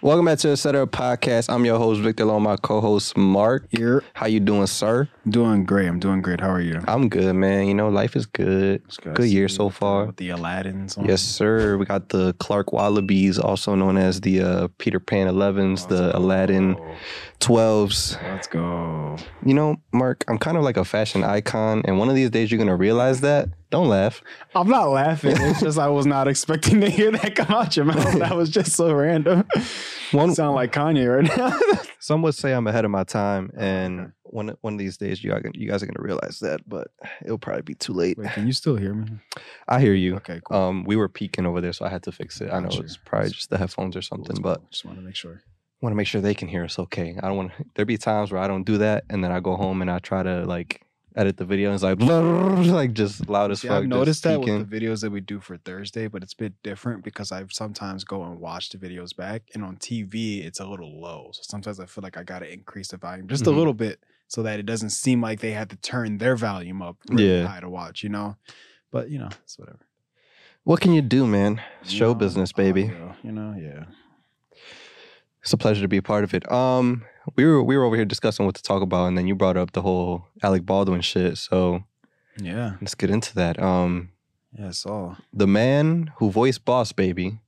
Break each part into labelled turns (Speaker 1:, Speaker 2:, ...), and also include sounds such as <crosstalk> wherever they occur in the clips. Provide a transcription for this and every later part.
Speaker 1: Welcome back to the Set Up Podcast. I'm your host Victor along with my co-host Mark.
Speaker 2: You're
Speaker 1: How you doing, sir?
Speaker 2: doing great. I'm doing great. How are you?
Speaker 1: I'm good, man. You know, life is good. Good year so far.
Speaker 2: With the Aladdin's on.
Speaker 1: Yes, sir. We got the Clark Wallabies, also known as the uh, Peter Pan 11s, the Aladdin 12s.
Speaker 2: Let's go.
Speaker 1: You know, Mark, I'm kind of like a fashion icon, and one of these days you're gonna realize that. Don't laugh.
Speaker 2: I'm not laughing. It's just I was not expecting to hear that come out your mouth. That was just so random.
Speaker 1: One,
Speaker 2: Sound like Kanye right now.
Speaker 1: some would say I'm ahead of my time, and one one of these days you are gonna- you guys are gonna realize that, but it'll probably be too late.
Speaker 2: Wait, can you still hear me?
Speaker 1: I hear you.
Speaker 2: Okay, cool.
Speaker 1: Um, we were peeking over there, so I had to fix it. I know
Speaker 2: Gotcha.
Speaker 1: it's probably just the headphones or something,
Speaker 2: Cool,
Speaker 1: but
Speaker 2: cool. just want to make sure.
Speaker 1: want to make sure they can hear us okay. I don't want to. There be times where I don't do that, and then I go home and I try to like edit the video, and it's like <laughs> like just loud as
Speaker 2: See,
Speaker 1: fuck.
Speaker 2: I've
Speaker 1: just
Speaker 2: noticed that
Speaker 1: peeking.
Speaker 2: with the videos that we do for Thursday, but it's a bit different because I sometimes go and watch the videos back, and on TV it's a little low. So sometimes I feel like I got to increase the volume just
Speaker 1: Mhm.
Speaker 2: a little bit so that it doesn't seem like they had to turn their volume up really
Speaker 1: Yeah.
Speaker 2: high to watch, you know. But you know, it's whatever.
Speaker 1: What can you do, man?
Speaker 2: You
Speaker 1: Show
Speaker 2: know,
Speaker 1: business, baby.
Speaker 2: audio, you know, yeah.
Speaker 1: It's a pleasure to be a part of it. Um, we were we were over here discussing what to talk about, and then you brought up the whole Alec Baldwin shit. So
Speaker 2: Yeah.
Speaker 1: let's get into that. Um,
Speaker 2: Yeah, it's all.
Speaker 1: the man who voiced Boss Baby.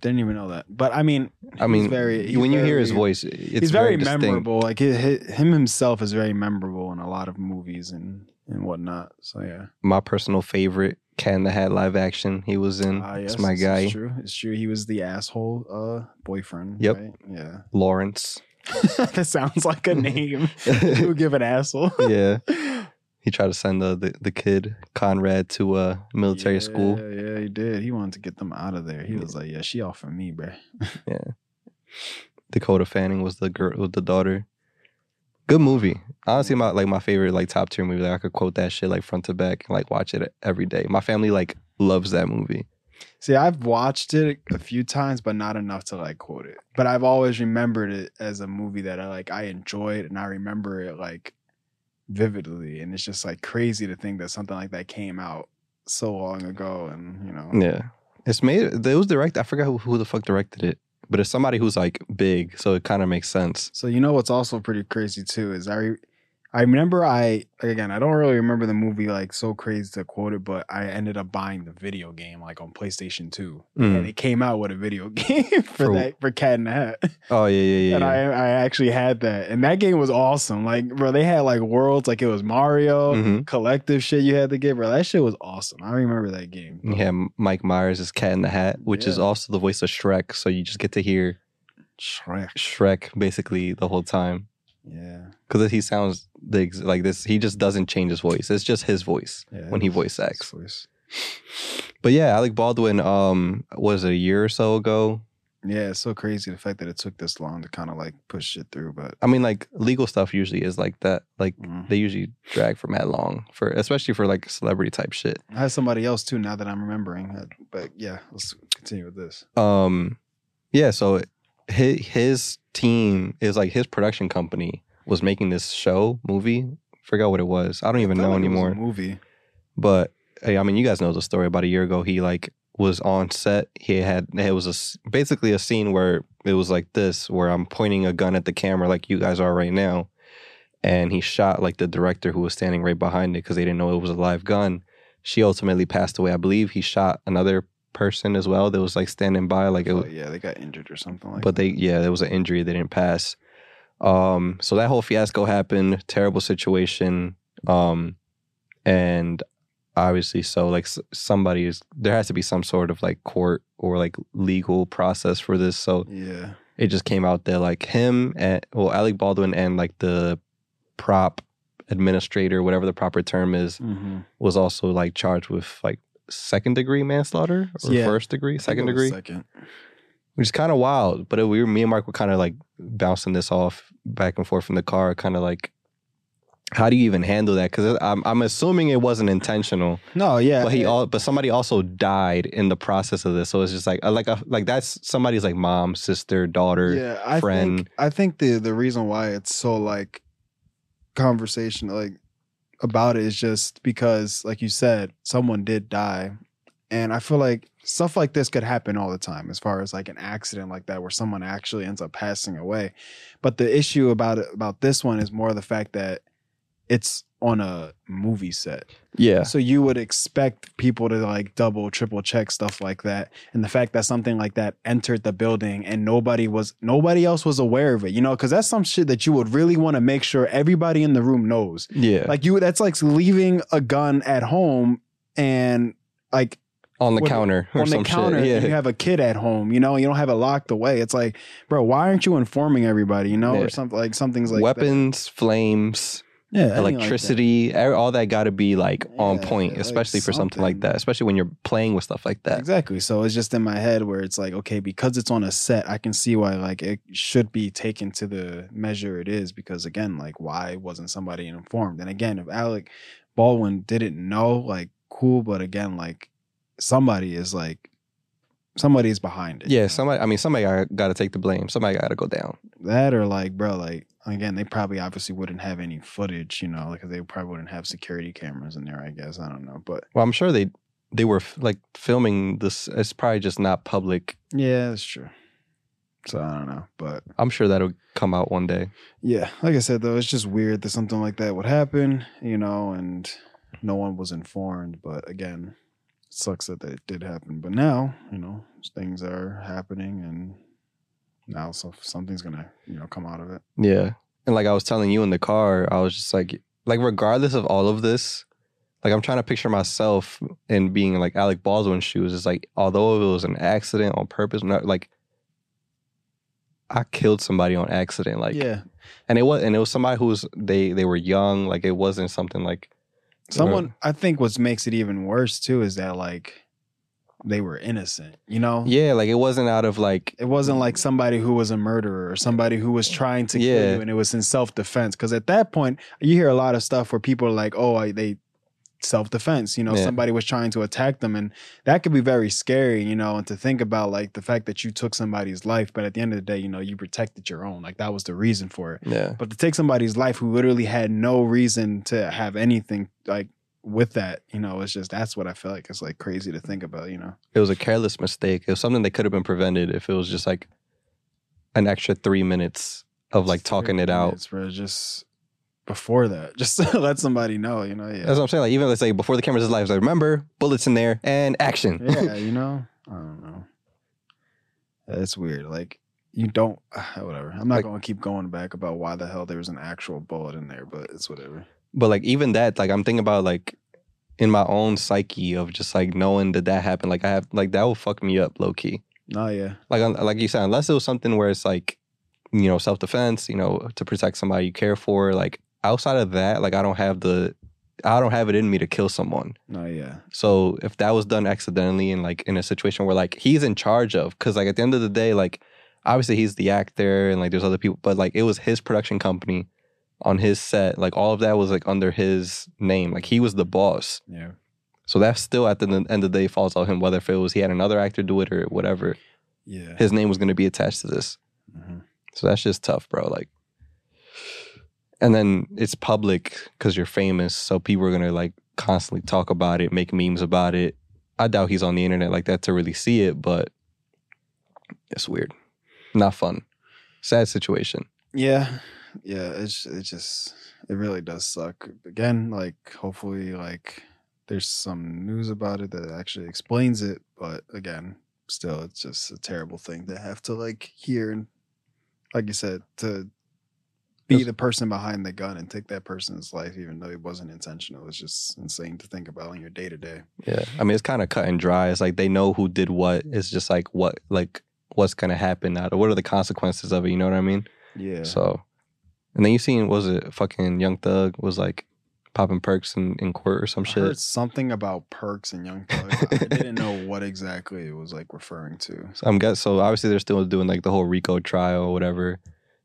Speaker 2: Didn't even know that. But I mean,
Speaker 1: I
Speaker 2: he's
Speaker 1: mean,
Speaker 2: very- he's
Speaker 1: when you hear his
Speaker 2: very-
Speaker 1: voice, it's
Speaker 2: he's very,
Speaker 1: distinct.
Speaker 2: memorable. Like hi- hi- him himself is very memorable in a lot of movies and and whatnot. So yeah.
Speaker 1: my personal favorite Cat in the Hat live action he was in.
Speaker 2: Ah,
Speaker 1: it's
Speaker 2: yes,
Speaker 1: my
Speaker 2: it's-
Speaker 1: guy
Speaker 2: It's true. It's true. He was the asshole uh, boyfriend.
Speaker 1: Yep.
Speaker 2: right? Yeah. <laughs>
Speaker 1: Lawrence.
Speaker 2: that sounds like a name. Who give an asshole?
Speaker 1: yeah, he tried to send the the, the kid Conrad to uh, military school.
Speaker 2: Yeah, yeah, he did. He wanted to get them out of there. He
Speaker 1: Yeah.
Speaker 2: was like, "Yeah, she all for me, bruh.
Speaker 1: Dakota Fanning was the girl, was the daughter. Good movie. Honestly, my like my favorite like top tier movie. Like I could quote that shit like front to back and like watch it every day. My family like loves that movie.
Speaker 2: See, I've watched it a few times, but not enough to like quote it. But I've always remembered it as a movie that I like. I enjoyed, and I remember it like vividly. And it's just like crazy to think that something like that came out so long ago. And you know,
Speaker 1: Yeah, it's made. It was directed. I forgot who, who the fuck directed it, but it's somebody who's like big, so it kind of makes sense.
Speaker 2: So you know what's also pretty crazy too is I, re- I remember I like again I don't really remember the movie like so crazy to quote it, but I ended up buying the video game like on PlayStation Two,
Speaker 1: Mm.
Speaker 2: and it came out with a video <laughs> game for,
Speaker 1: For-
Speaker 2: that for Cat in the Hat, <laughs>
Speaker 1: Oh yeah, yeah, yeah.
Speaker 2: and
Speaker 1: yeah.
Speaker 2: I I actually had that, and that game was awesome. Like bro, they had like worlds like it was Mario
Speaker 1: Mhm.
Speaker 2: collective shit you had to get, bro. That shit was awesome. I remember that game.
Speaker 1: You have Mike Myers as Cat in the Hat, which is
Speaker 2: Yeah.
Speaker 1: also the voice of Shrek. So you just get to hear
Speaker 2: Shrek.
Speaker 1: Shrek basically the whole time
Speaker 2: Yeah.
Speaker 1: because he sounds the ex- like this. He just doesn't change his voice. It's just his voice
Speaker 2: Yeah.
Speaker 1: when he voice
Speaker 2: His
Speaker 1: acts.
Speaker 2: voice.
Speaker 1: But yeah, Alec Baldwin, um, was it a year or so ago?
Speaker 2: Yeah, it's so crazy the fact that it took this long to kind of like push it through, but
Speaker 1: I mean, like legal stuff usually is like that. Like
Speaker 2: mm.
Speaker 1: they usually drag for mad long for, especially for like celebrity type shit.
Speaker 2: I had somebody else too now that I'm remembering. Uh, But yeah, let's continue with this.
Speaker 1: um yeah so his, his team is like his production company was making this show movie forgot what it was i don't even
Speaker 2: I felt
Speaker 1: know
Speaker 2: like it was a
Speaker 1: anymore
Speaker 2: movie.
Speaker 1: but hey, i mean you guys know the story about a year ago he like was on set he had it was a s basically a scene where it was like this where i'm pointing a gun at the camera like you guys are right now and he shot like the director who was standing right behind it because they didn't know it was a live gun she ultimately passed away i believe he shot another person as well that was like standing by like it,
Speaker 2: Oh
Speaker 1: was
Speaker 2: yeah, they got injured or something like
Speaker 1: but
Speaker 2: that.
Speaker 1: they yeah there was an injury they didn't pass um so that whole fiasco happened terrible situation um and obviously so like s- somebody is there has to be some sort of like court or like legal process for this so
Speaker 2: Yeah.
Speaker 1: it just came out that like him and well alec baldwin and like the prop administrator whatever the proper term is
Speaker 2: Mhm.
Speaker 1: was also like charged with like second degree manslaughter or
Speaker 2: Yeah.
Speaker 1: first degree
Speaker 2: I think
Speaker 1: second
Speaker 2: it was
Speaker 1: degree
Speaker 2: Second.
Speaker 1: which is kind of wild. But it, we were, me and Mark were kind of like bouncing this off back and forth in the car, kind of like, how do you even handle that? Because I'm, I'm assuming it wasn't intentional,
Speaker 2: No, yeah.
Speaker 1: but he
Speaker 2: uh,
Speaker 1: all, but somebody also died in the process of this, so it's just like, uh, like, a, like that's somebody's like mom, sister, daughter.
Speaker 2: yeah, I
Speaker 1: friend-
Speaker 2: Think, I think the the reason why it's so like conversation like about it is just because like you said, someone did die, and I feel like stuff like this could happen all the time as far as like an accident like that where someone actually ends up passing away but the issue about it, about this one is more the fact that it's on a movie set
Speaker 3: Yeah.
Speaker 2: so you would expect people to like double triple check stuff like that and the fact that something like that entered the building and nobody was nobody else was aware of it you know because that's some shit that you would really want to make sure everybody in the room knows
Speaker 3: Yeah.
Speaker 2: like you that's like leaving a gun at home and like
Speaker 1: on the
Speaker 2: With-
Speaker 1: counter or
Speaker 2: on the
Speaker 1: some
Speaker 2: counter
Speaker 1: shit.
Speaker 2: and you
Speaker 1: Yeah.
Speaker 2: have a kid at home, you know, you don't have it locked away. It's like, bro, why aren't you informing everybody, you know,
Speaker 3: Yeah.
Speaker 2: or something like something's like that.
Speaker 1: Weapons, flames,
Speaker 2: yeah, anything like that.
Speaker 1: electricity, e- all that got to be like on
Speaker 2: Yeah,
Speaker 1: point,
Speaker 2: like
Speaker 1: especially for something like
Speaker 2: something.
Speaker 1: that, especially when you're playing with stuff like that.
Speaker 2: Exactly. So it's just in my head where it's like, okay, because it's on a set, I can see why like it should be taken to the measure it is. Because again, like why wasn't somebody informed? And again, if Alec Baldwin didn't know, like cool, but again, like somebody is like somebody is behind it.
Speaker 1: Yeah,
Speaker 2: somebody.
Speaker 1: somebody. I mean, somebody got to take the blame. Somebody got to go down.
Speaker 2: that or like bro like again they probably obviously wouldn't have any footage you know because they probably wouldn't have security cameras in there i guess i don't know but
Speaker 1: Well, I'm sure they they were f- like filming this. It's probably just not public.
Speaker 2: yeah that's true so i don't know but
Speaker 1: I'm sure that'll come out one day.
Speaker 2: yeah like i said though it's just weird that something like that would happen you know and no one was informed but again it sucks that that did happen but now you know things are happening and now so something's gonna you know come out of it
Speaker 1: Yeah. And like I was telling you in the car, I was just like, like regardless of all of this, like I'm trying to picture myself and being in, like Alec Baldwin's shoes. It's like although it was an accident on purpose, not like I killed somebody on accident. Like
Speaker 2: yeah
Speaker 1: and it was and it was somebody who was they they were young. Like it wasn't something like
Speaker 2: Someone, I think, what makes it even worse too is that like they were innocent. You know,
Speaker 1: yeah, like it wasn't out of like
Speaker 2: it wasn't like somebody who was a murderer or somebody who was trying to kill
Speaker 1: Yeah.
Speaker 2: you, and it was in self defense. Because at that point, you hear a lot of stuff where people are like, "Oh, I, they." Self defense, you know,
Speaker 1: Yeah.
Speaker 2: somebody was trying to attack them, and that could be very scary, you know. And to think about like the fact that you took somebody's life, but at the end of the day, you know, you protected your own, like that was the reason for it.
Speaker 1: yeah
Speaker 2: But to take somebody's life who literally had no reason to have anything like with that, you know, it's just that's what I feel like. It's like crazy to think about, you know.
Speaker 1: it was a careless mistake. It was something that could have been prevented if it was just like an extra three minutes of like talking it out.
Speaker 2: It's bro, just before that, just <laughs> to let somebody know, you know.
Speaker 1: That's
Speaker 2: Yeah,
Speaker 1: what I'm saying. Like even let's say before the cameras is live, it's like remember bullets in there and action.
Speaker 2: yeah, you know. I don't know. It's weird. Like you don't, <sighs> whatever. I'm not
Speaker 1: Like-
Speaker 2: going to keep going back about why the hell there was an actual bullet in there, but it's whatever.
Speaker 1: <laughs> But like even that, like I'm thinking about like in my own psyche of just like knowing that that happened. Like I have like that will fuck me up low key.
Speaker 2: No, yeah,
Speaker 1: Like un- like you said, unless it was something where it's like you know self defense, you know to protect somebody you care for. Like outside of that, like I don't have the I don't have it in me to kill someone.
Speaker 2: no, yeah.
Speaker 1: So if that was done accidentally and like in a situation where like he's in charge of, because like at the end of the day, like obviously he's the actor and like there's other people, but like it was his production company on his set. Like all of that was like under his name. Like he was the boss.
Speaker 2: Yeah.
Speaker 1: So that still at the n- end of the day falls on him, whether if it was he had another actor do it or whatever.
Speaker 2: Yeah.
Speaker 1: His name was going to be attached to this.
Speaker 2: Mhm.
Speaker 1: So that's just tough, bro. Like, and then it's public because you're famous, so people are gonna like constantly talk about it, make memes about it. I doubt he's on the internet like that to really see it, but it's weird, not fun, sad situation.
Speaker 2: Yeah, yeah. It's it just it really does suck. Again, like hopefully, like there's some news about it that actually explains it. But again, still, it's just a terrible thing to have to like hear and, like you said, to be
Speaker 1: Yes.
Speaker 2: the person behind the gun and take that person's life, even though it wasn't intentional. It's just insane to think about in your day to day.
Speaker 1: Yeah, I mean it's kind of cut and dry. It's like they know who did what. It's just like what, like what's gonna happen now. What are the consequences of it? You know what I mean?
Speaker 2: Yeah.
Speaker 1: So, and then you seen what was it fucking Young Thug was like popping perks in, in court or some
Speaker 2: I
Speaker 1: shit.
Speaker 2: heard something about perks and
Speaker 1: <laughs>
Speaker 2: young thug. I didn't know what exactly it was like referring to.
Speaker 1: So I'm guess so obviously they're still doing like the whole Rico trial or whatever,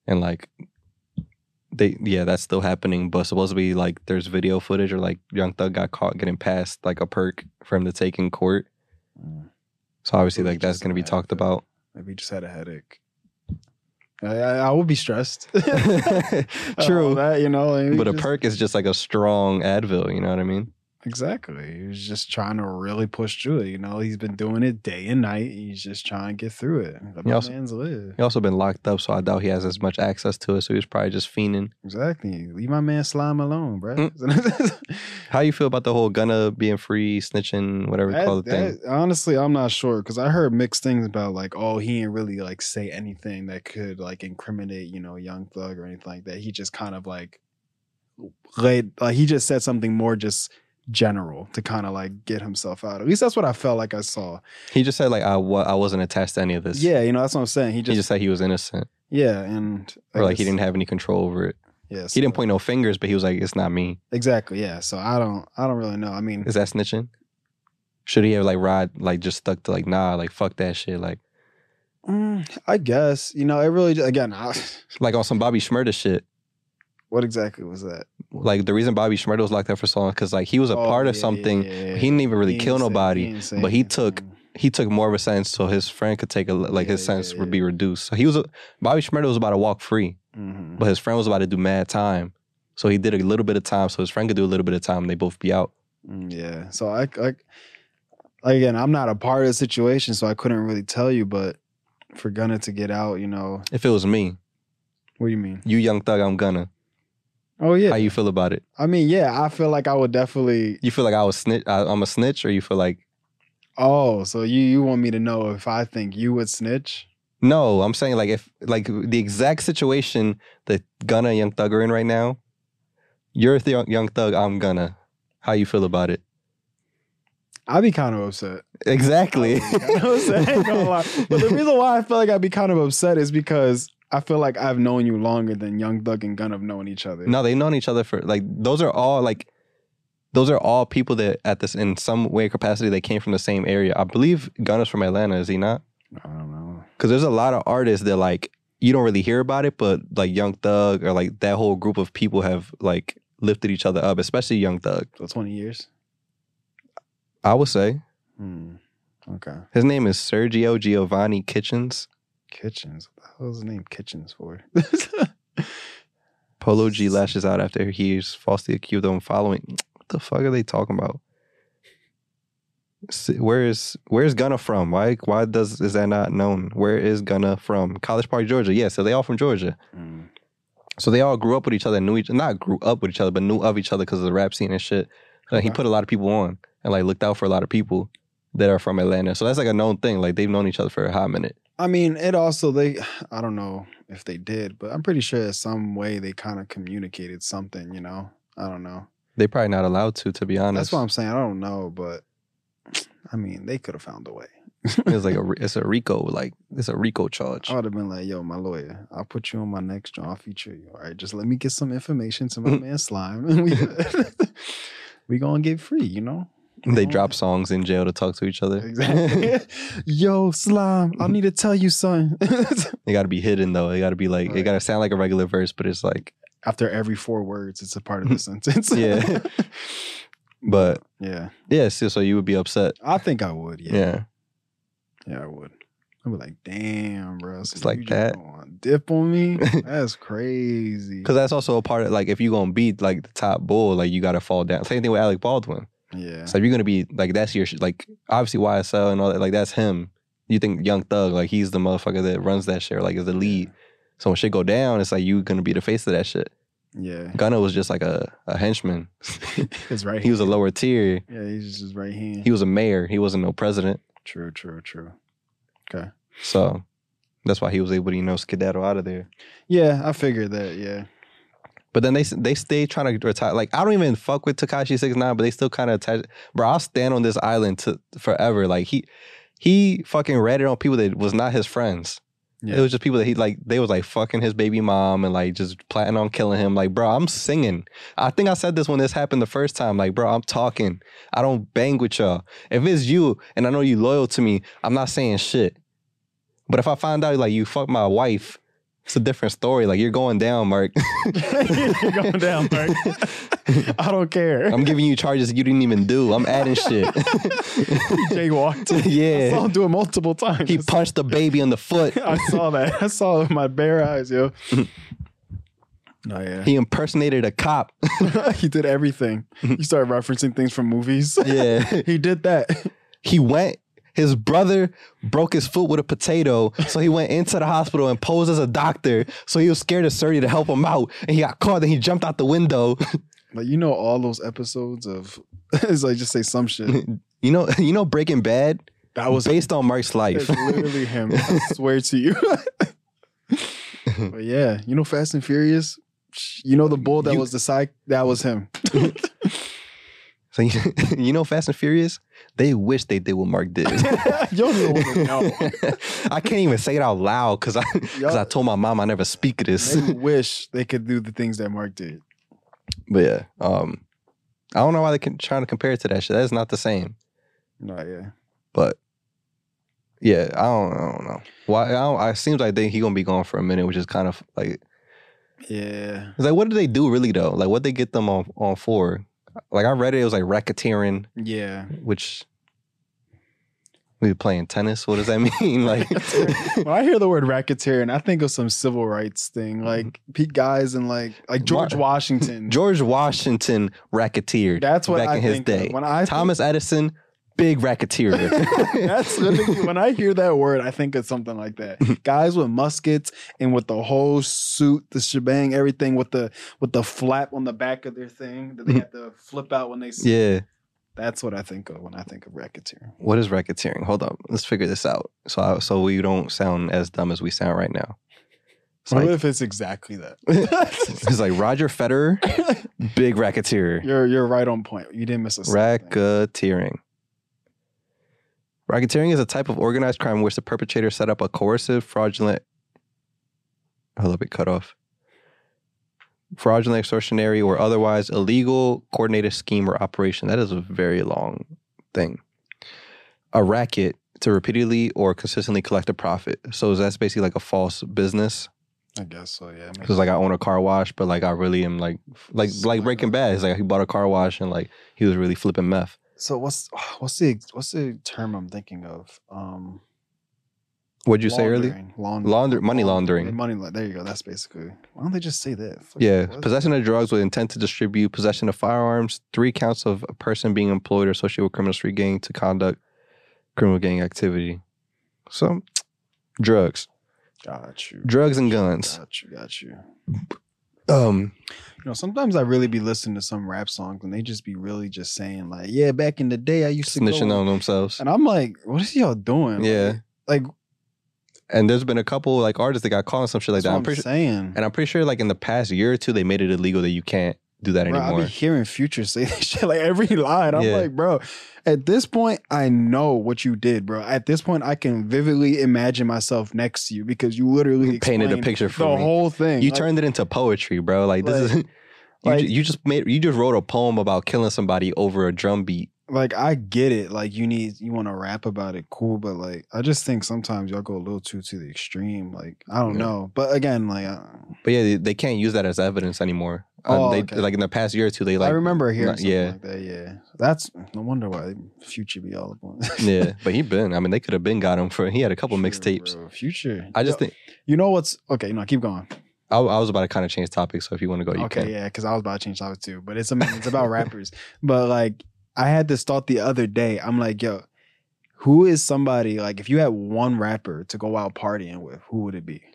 Speaker 1: and like they yeah that's still happening. But supposedly like there's video footage or like Young Thug got caught getting past like a perk for him to take in court.
Speaker 2: Mm.
Speaker 1: So obviously
Speaker 2: Ooh,
Speaker 1: like that's
Speaker 2: just
Speaker 1: gonna be
Speaker 2: mad,
Speaker 1: talked
Speaker 2: but-
Speaker 1: about.
Speaker 2: Maybe he just had a headache. I, I, I would be stressed. <laughs>
Speaker 1: True. <laughs>
Speaker 2: All that you know, like,
Speaker 1: But a
Speaker 2: Oh, just-
Speaker 1: perk is just like a strong Advil, you know what I mean?
Speaker 2: Exactly. He was just trying to really push through it. You know, he's been doing it day and night. He's just trying to get through it. Let
Speaker 1: He
Speaker 2: my
Speaker 1: also-
Speaker 2: man's live.
Speaker 1: He also been locked up, so I doubt he has as much access to it. So he's probably just fiending.
Speaker 2: Exactly. Leave my man slime alone, bro.
Speaker 1: Mm.
Speaker 2: <laughs>
Speaker 1: How you feel about the whole Gunna being free, snitching, whatever you call the thing?
Speaker 2: honestly, I'm not sure because I heard mixed things about like, oh, he didn't really like say anything that could like incriminate, you know, Young Thug or anything like that. He just kind of like laid, like he just said something more just general to kind of like get himself out. At least that's what I felt like I saw.
Speaker 1: He just said like I wa- I wasn't attached to any of this.
Speaker 2: Yeah, you know, that's what I'm saying. He
Speaker 1: He
Speaker 2: just,
Speaker 1: just said he was innocent,
Speaker 2: yeah, and I
Speaker 1: or like he
Speaker 2: guess-
Speaker 1: didn't have any control over it.
Speaker 2: Yeah,
Speaker 1: He didn't
Speaker 2: so-
Speaker 1: point no fingers, but he was like, "It's not me."
Speaker 2: Exactly. Yeah. So I don't. I don't really know. I mean,
Speaker 1: Is that snitching? Should he have like rod like just stuck to like nah like fuck that shit like
Speaker 2: mm, I guess you know it really. Again, I, <laughs>
Speaker 1: like on some Bobby Shmurda shit
Speaker 2: what exactly was that?
Speaker 1: like the reason Bobby Shmurda was locked up for so long because like he was a
Speaker 2: Oh,
Speaker 1: part of
Speaker 2: yeah, yeah,
Speaker 1: something
Speaker 2: yeah, yeah,
Speaker 1: he didn't even really
Speaker 2: He
Speaker 1: kill
Speaker 2: ain't say-
Speaker 1: nobody
Speaker 2: ain't say
Speaker 1: but he took-
Speaker 2: anything.
Speaker 1: he took more of a sentence so his friend could take a like his
Speaker 2: Yeah,
Speaker 1: sentence
Speaker 2: yeah,
Speaker 1: would
Speaker 2: yeah.
Speaker 1: be reduced so he was a, Bobby Shmurda was about to walk free
Speaker 2: Mhm.
Speaker 1: but his friend was about to do mad time so he did a little bit of time so his friend could do a little bit of time and they both be out
Speaker 2: Mm, Yeah. So I like again, I'm not a part of the situation, so I couldn't really tell you. But for Gunna to get out, you know,
Speaker 1: if it was me
Speaker 2: what do you mean?
Speaker 1: you young thug I'm gonna
Speaker 2: Oh yeah.
Speaker 1: how you feel about it
Speaker 2: I mean, yeah. I feel like I would definitely.
Speaker 1: you feel like I was snitch I, I'm a snitch or you feel like
Speaker 2: Oh, so you you want me to know if I think you would snitch?
Speaker 1: No, I'm saying like if like the exact situation that Gunna and Young Thug are in right now, you're the Young Thug, I'm Gunna. How you feel about it?
Speaker 2: I'd be kind of upset.
Speaker 1: Exactly.
Speaker 2: <laughs> You know what I'm saying? I ain't gonna lie. But the reason why I feel like I'd be kind of upset is because I feel like I've known you longer than Young Thug and Gun have known each other.
Speaker 1: <laughs> no, they've known each other for like those are all like those are all people that at this in some way or capacity they came from the same area. I believe Gunna's from Atlanta, is he not?
Speaker 2: I don't know.
Speaker 1: Because there's a lot of artists that like you don't really hear about it, but like Young Thug or like that whole group of people have like lifted each other up, especially Young Thug.
Speaker 2: So 20 years?
Speaker 1: I would say.
Speaker 2: Hmm. Okay.
Speaker 1: His name is Sergio Giovanni Kitchens,
Speaker 2: Kitchens. What the hell is the name Kitchens for? <laughs>
Speaker 1: Polo G lashes out after he is falsely accused of following. What the fuck are they talking about? S- Where is where's Gunna from? Why why does is that not known? Where is Gunna from? College Park, Georgia. Yeah, so they all from Georgia.
Speaker 2: Hmm.
Speaker 1: So they all grew up with each other, and knew each not grew up with each other, but knew of each other because of the rap scene and shit. Like, he
Speaker 2: Okay.
Speaker 1: put a lot of people on and like looked out for a lot of people that are from Atlanta. So that's like a known thing. Like they've known each other for a hot minute.
Speaker 2: I mean, it also, they, I don't know if they did, but I'm pretty sure in some way they kind of communicated something, you know? I don't know.
Speaker 1: They probably not allowed to, to be honest.
Speaker 2: That's what I'm saying. I don't know, but I mean, they could have found a way.
Speaker 1: <laughs> It's like a it's a Rico like it's a Rico charge.
Speaker 2: I would have been like, yo, my lawyer, I'll put you on my next joint. I'll feature you. All right. Just let me get some information to <laughs> my man Slime. And we, <laughs> we going to get free, you <laughs> know?
Speaker 1: They drop songs in jail to talk to each other.
Speaker 2: Exactly. <laughs> yo, Slime, I need to tell you something.
Speaker 1: <laughs> they got to be hidden though. They got to be like it
Speaker 2: Right.
Speaker 1: got to sound like a regular verse, but it's
Speaker 2: <laughs>
Speaker 1: like
Speaker 2: After every four words, it's a part
Speaker 1: <laughs>
Speaker 2: of the sentence.
Speaker 1: Yeah. but
Speaker 2: <laughs> yeah.
Speaker 1: yeah. So, so you would be upset.
Speaker 2: I think I would.
Speaker 1: Yeah.
Speaker 2: Yeah. Yeah, I would. I'd be like, damn, bro. So
Speaker 1: It's like
Speaker 2: you just
Speaker 1: that.
Speaker 2: gonna Dip
Speaker 1: <laughs>
Speaker 2: on me? That's crazy.
Speaker 1: Cause that's also a part of like if you're gonna beat like the top bull, like you gotta fall down. Same thing with Alec Baldwin.
Speaker 2: Yeah.
Speaker 1: So if you're gonna be like that's your sh- like obviously YSL and all that. Like that's him. You think Young Thug like he's the motherfucker that runs that shit, or, like is the lead. So when shit go down, it's like you gonna be the face of that shit.
Speaker 2: Yeah.
Speaker 1: <laughs> Gunna was just like a, a henchman. <laughs>
Speaker 2: His right
Speaker 1: he was a
Speaker 2: hand.
Speaker 1: lower tier.
Speaker 2: yeah, he's just right hand.
Speaker 1: He was a mayor. He wasn't no president.
Speaker 2: True, true, true.
Speaker 1: So that's why he was able to, you know, skedaddle out of there.
Speaker 2: Yeah, I figured that. Yeah, <laughs>
Speaker 1: But then they they stay trying to retire. Like I don't even fuck with Takashi Six Nine, but they still kind of attach. Bro, I'll stand on this island to, forever. Like he he fucking ratted on people that was not his friends.
Speaker 2: yeah.
Speaker 1: It was just people that he like. They was like fucking his baby mom and like just planning on killing him. Like bro, I'm singing. I think I said this when this happened the first time. Like bro, I'm talking. I don't bang with y'all. If it's you and I know you loyal to me, I'm not saying shit. But if I find out like you fuck my wife, it's a different story. Like you're going down, Mark. <laughs>
Speaker 2: You're going down, Mark.
Speaker 1: <laughs>
Speaker 2: I don't care. <laughs>
Speaker 1: I'm giving you charges you didn't even do. I'm adding shit. <laughs>
Speaker 2: Jay walked. I saw
Speaker 1: yeah.
Speaker 2: him do it multiple times. <laughs>
Speaker 1: He punched the baby in the foot. <laughs>
Speaker 2: I saw that. I saw it with my bare eyes, yo. Oh yeah.
Speaker 1: He impersonated a cop.
Speaker 2: <laughs> he did everything.
Speaker 1: <laughs>
Speaker 2: He started referencing things from movies. <laughs>
Speaker 1: yeah.
Speaker 2: he did that.
Speaker 1: <laughs>
Speaker 2: <laughs>
Speaker 1: He went, his brother broke his foot with a potato. So he went into the hospital and posed as a doctor. So he was scared of Surrey to help him out. And he got caught and he jumped out the window.
Speaker 2: Like you know all those episodes of <laughs> it's like just say
Speaker 1: <laughs>
Speaker 2: some shit.
Speaker 1: You know, you know Breaking Bad
Speaker 2: That was
Speaker 1: based on Mark's life.
Speaker 2: It's literally him. I swear to you. <laughs> but yeah, you know Fast and Furious. You know the bull that
Speaker 1: You-
Speaker 2: was the side. That
Speaker 1: <laughs>
Speaker 2: was him.
Speaker 1: <laughs>
Speaker 2: <laughs>
Speaker 1: so you, <laughs> you know Fast and Furious? They wish they did what Mark did.
Speaker 2: You <laughs> don't
Speaker 1: <laughs>
Speaker 2: even wanna know.
Speaker 1: I can't even say it out loud because I, 'cause I
Speaker 2: Y'all-
Speaker 1: told my mom I never speak of <laughs> this.
Speaker 2: They wish they could do the things that Mark did.
Speaker 1: But yeah, um, I don't know why they're con- trying to compare it to that shit. That's not the same.
Speaker 2: No, yeah.
Speaker 1: But yeah, I don't, I don't know. Why? I don't, I- it seems like they, he gonna be gone for a minute, which is kind of like,
Speaker 2: Yeah.
Speaker 1: it's like what did they do really though? Like what they get them on on for? Like I read it, it was like racketeering,
Speaker 2: Yeah.
Speaker 1: which we playing tennis. What does that <laughs> mean?
Speaker 2: <laughs>
Speaker 1: like
Speaker 2: When I hear the word racketeer, and I think of some civil rights thing, like Pete Guys and like like George
Speaker 1: Mm-hmm. Mar- <laughs>
Speaker 2: Washington.
Speaker 1: George Washington racketeered.
Speaker 2: That's what
Speaker 1: back
Speaker 2: I
Speaker 1: in his
Speaker 2: think of.
Speaker 1: day.
Speaker 2: When I think-
Speaker 1: Thomas Edison, big racketeer.
Speaker 2: <laughs> That's
Speaker 1: <laughs>
Speaker 2: literally when I hear that word, I think it's something like that. Guys with muskets and with the whole suit, the shebang, everything with the with the flap on the back of their thing that they have to flip out when they see.
Speaker 1: Mm-hmm. yeah.
Speaker 2: That's what I think of when I think of racketeering.
Speaker 1: What is racketeering? Hold up, let's figure this out. So, I, so we don't sound as dumb as we sound right now. It's
Speaker 2: what
Speaker 1: like,
Speaker 2: if it's exactly that?
Speaker 1: <laughs> it's like Roger Federer, big racketeer,
Speaker 2: You're you're right on point. You didn't miss a single thing.
Speaker 1: racketeering. Racketeering is a type of organized crime in which the perpetrator set up a coercive, fraudulent. Hold up, it cut off. Fraudulent, extortionary, or otherwise illegal coordinated scheme or operation. That is a very long thing. a racket to repeatedly or consistently collect a profit. So that's basically like a false business.
Speaker 2: I guess so. Yeah. it makes-
Speaker 1: Because like I own a car wash, but like I really am like like
Speaker 2: Something
Speaker 1: like
Speaker 2: like
Speaker 1: Breaking
Speaker 2: that.
Speaker 1: Bad. It's like he bought a car wash and like he was really flipping meth.
Speaker 2: So what's <sighs> what's the what's the term I'm thinking of? Um,
Speaker 1: What'd you say earlier?
Speaker 2: laundering. Laund-
Speaker 1: Launder money laundering.
Speaker 2: Money. laun- There you go. That's basically. Why don't they just say that? Fuck
Speaker 1: Yeah,
Speaker 2: it, what?
Speaker 1: possession of drugs with intent to distribute, possession of firearms, three counts of a person being employed or associated with criminal street gang to conduct criminal gang activity. So, drugs,
Speaker 2: Got you.
Speaker 1: drugs and guns.
Speaker 2: Got you. Got you.
Speaker 1: Um,
Speaker 2: You know, sometimes I really be listening to some rap songs and they just be really just saying like, "Yeah, back in the day, I used to go
Speaker 1: snitching
Speaker 2: and-"
Speaker 1: on themselves.
Speaker 2: And I'm like, "What is y'all doing?"
Speaker 1: Yeah.
Speaker 2: Like, like
Speaker 1: and there's been a couple like artists that got caught on some shit like that.
Speaker 2: that's what
Speaker 1: I'm
Speaker 2: I'm
Speaker 1: pretty sure,
Speaker 2: saying.
Speaker 1: and I'm pretty sure like in the past year or two they made it illegal that you can't do that
Speaker 2: Bro, I be
Speaker 1: anymore.
Speaker 2: hearing Future say <laughs> that shit like every line. I'm
Speaker 1: Yeah.
Speaker 2: like, bro, at this point, I know what you did, bro. At this point, I can vividly imagine myself next to you because you literally
Speaker 1: You painted a
Speaker 2: explained
Speaker 1: picture for
Speaker 2: the
Speaker 1: me.
Speaker 2: whole thing.
Speaker 1: you
Speaker 2: Like,
Speaker 1: turned it into poetry, bro. Like this is <laughs> you,
Speaker 2: like-
Speaker 1: ju- you just made you just wrote a poem about killing somebody over a drum beat.
Speaker 2: like I get it. Like you need you want to rap about it, cool. But like I just think sometimes y'all go a little too to the extreme. Like I don't
Speaker 1: Yeah.
Speaker 2: know. But again, like I,
Speaker 1: But yeah, they, they can't use that as evidence anymore. Uh,
Speaker 2: Oh,
Speaker 1: they,
Speaker 2: okay.
Speaker 1: Like in the past year or two, they like
Speaker 2: I remember hearing
Speaker 1: not-
Speaker 2: something
Speaker 1: yeah.
Speaker 2: like that. Yeah, that's no wonder why Future be all up on.
Speaker 1: <laughs>
Speaker 2: <laughs>
Speaker 1: yeah. But he been. I mean, they could have been got him for. He had a couple
Speaker 2: Future,
Speaker 1: mixtapes.
Speaker 2: bro. Future.
Speaker 1: I just
Speaker 2: Yo,
Speaker 1: think
Speaker 2: you know what's okay. No, keep going.
Speaker 1: I, I was about to kind of change topics. So if you want to go, you
Speaker 2: okay,
Speaker 1: can.
Speaker 2: yeah, because I was about to change topic too, but it's I mean, it's about rappers. But like, I had this thought the other day. I'm like, yo, who is somebody like if you had one rapper to go out partying with, who would it be?
Speaker 1: <sighs>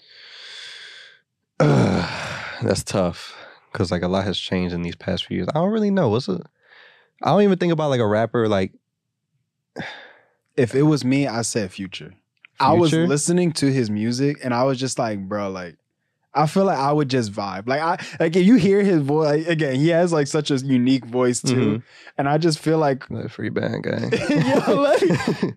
Speaker 1: that's tough because like a lot has changed in these past few years. I don't really know. What's a I don't even think about like a rapper like
Speaker 2: If it was me, I said Future. I was
Speaker 1: Future?
Speaker 2: listening to his music and I was just like, bro, like. I feel like I would just vibe. Like I like if you hear his voice like, again, he has like such a unique voice too.
Speaker 1: Mhm.
Speaker 2: And I just feel like <laughs>
Speaker 1: that free band guy.
Speaker 2: Yo, like-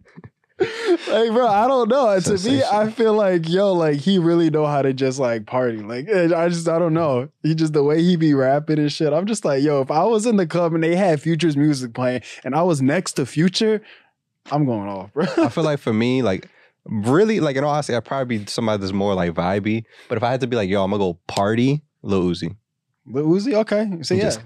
Speaker 2: like bro i don't know to me i
Speaker 1: Sensational.
Speaker 2: feel like yo like he really know how to just like party like eh, i just i don't know he just the way he be rapping and shit i'm just like yo if i was in the club and they had future's music playing and i was next to future i'm going off bro
Speaker 1: <laughs>
Speaker 2: <laughs>
Speaker 1: I feel like for me, like really, like in all honesty, I'd probably be somebody that's more like vibey. But if I had to be like, yo, I'm gonna go party, Lil Uzi.
Speaker 2: Lil Uzi, okay. So yeah.
Speaker 1: Just-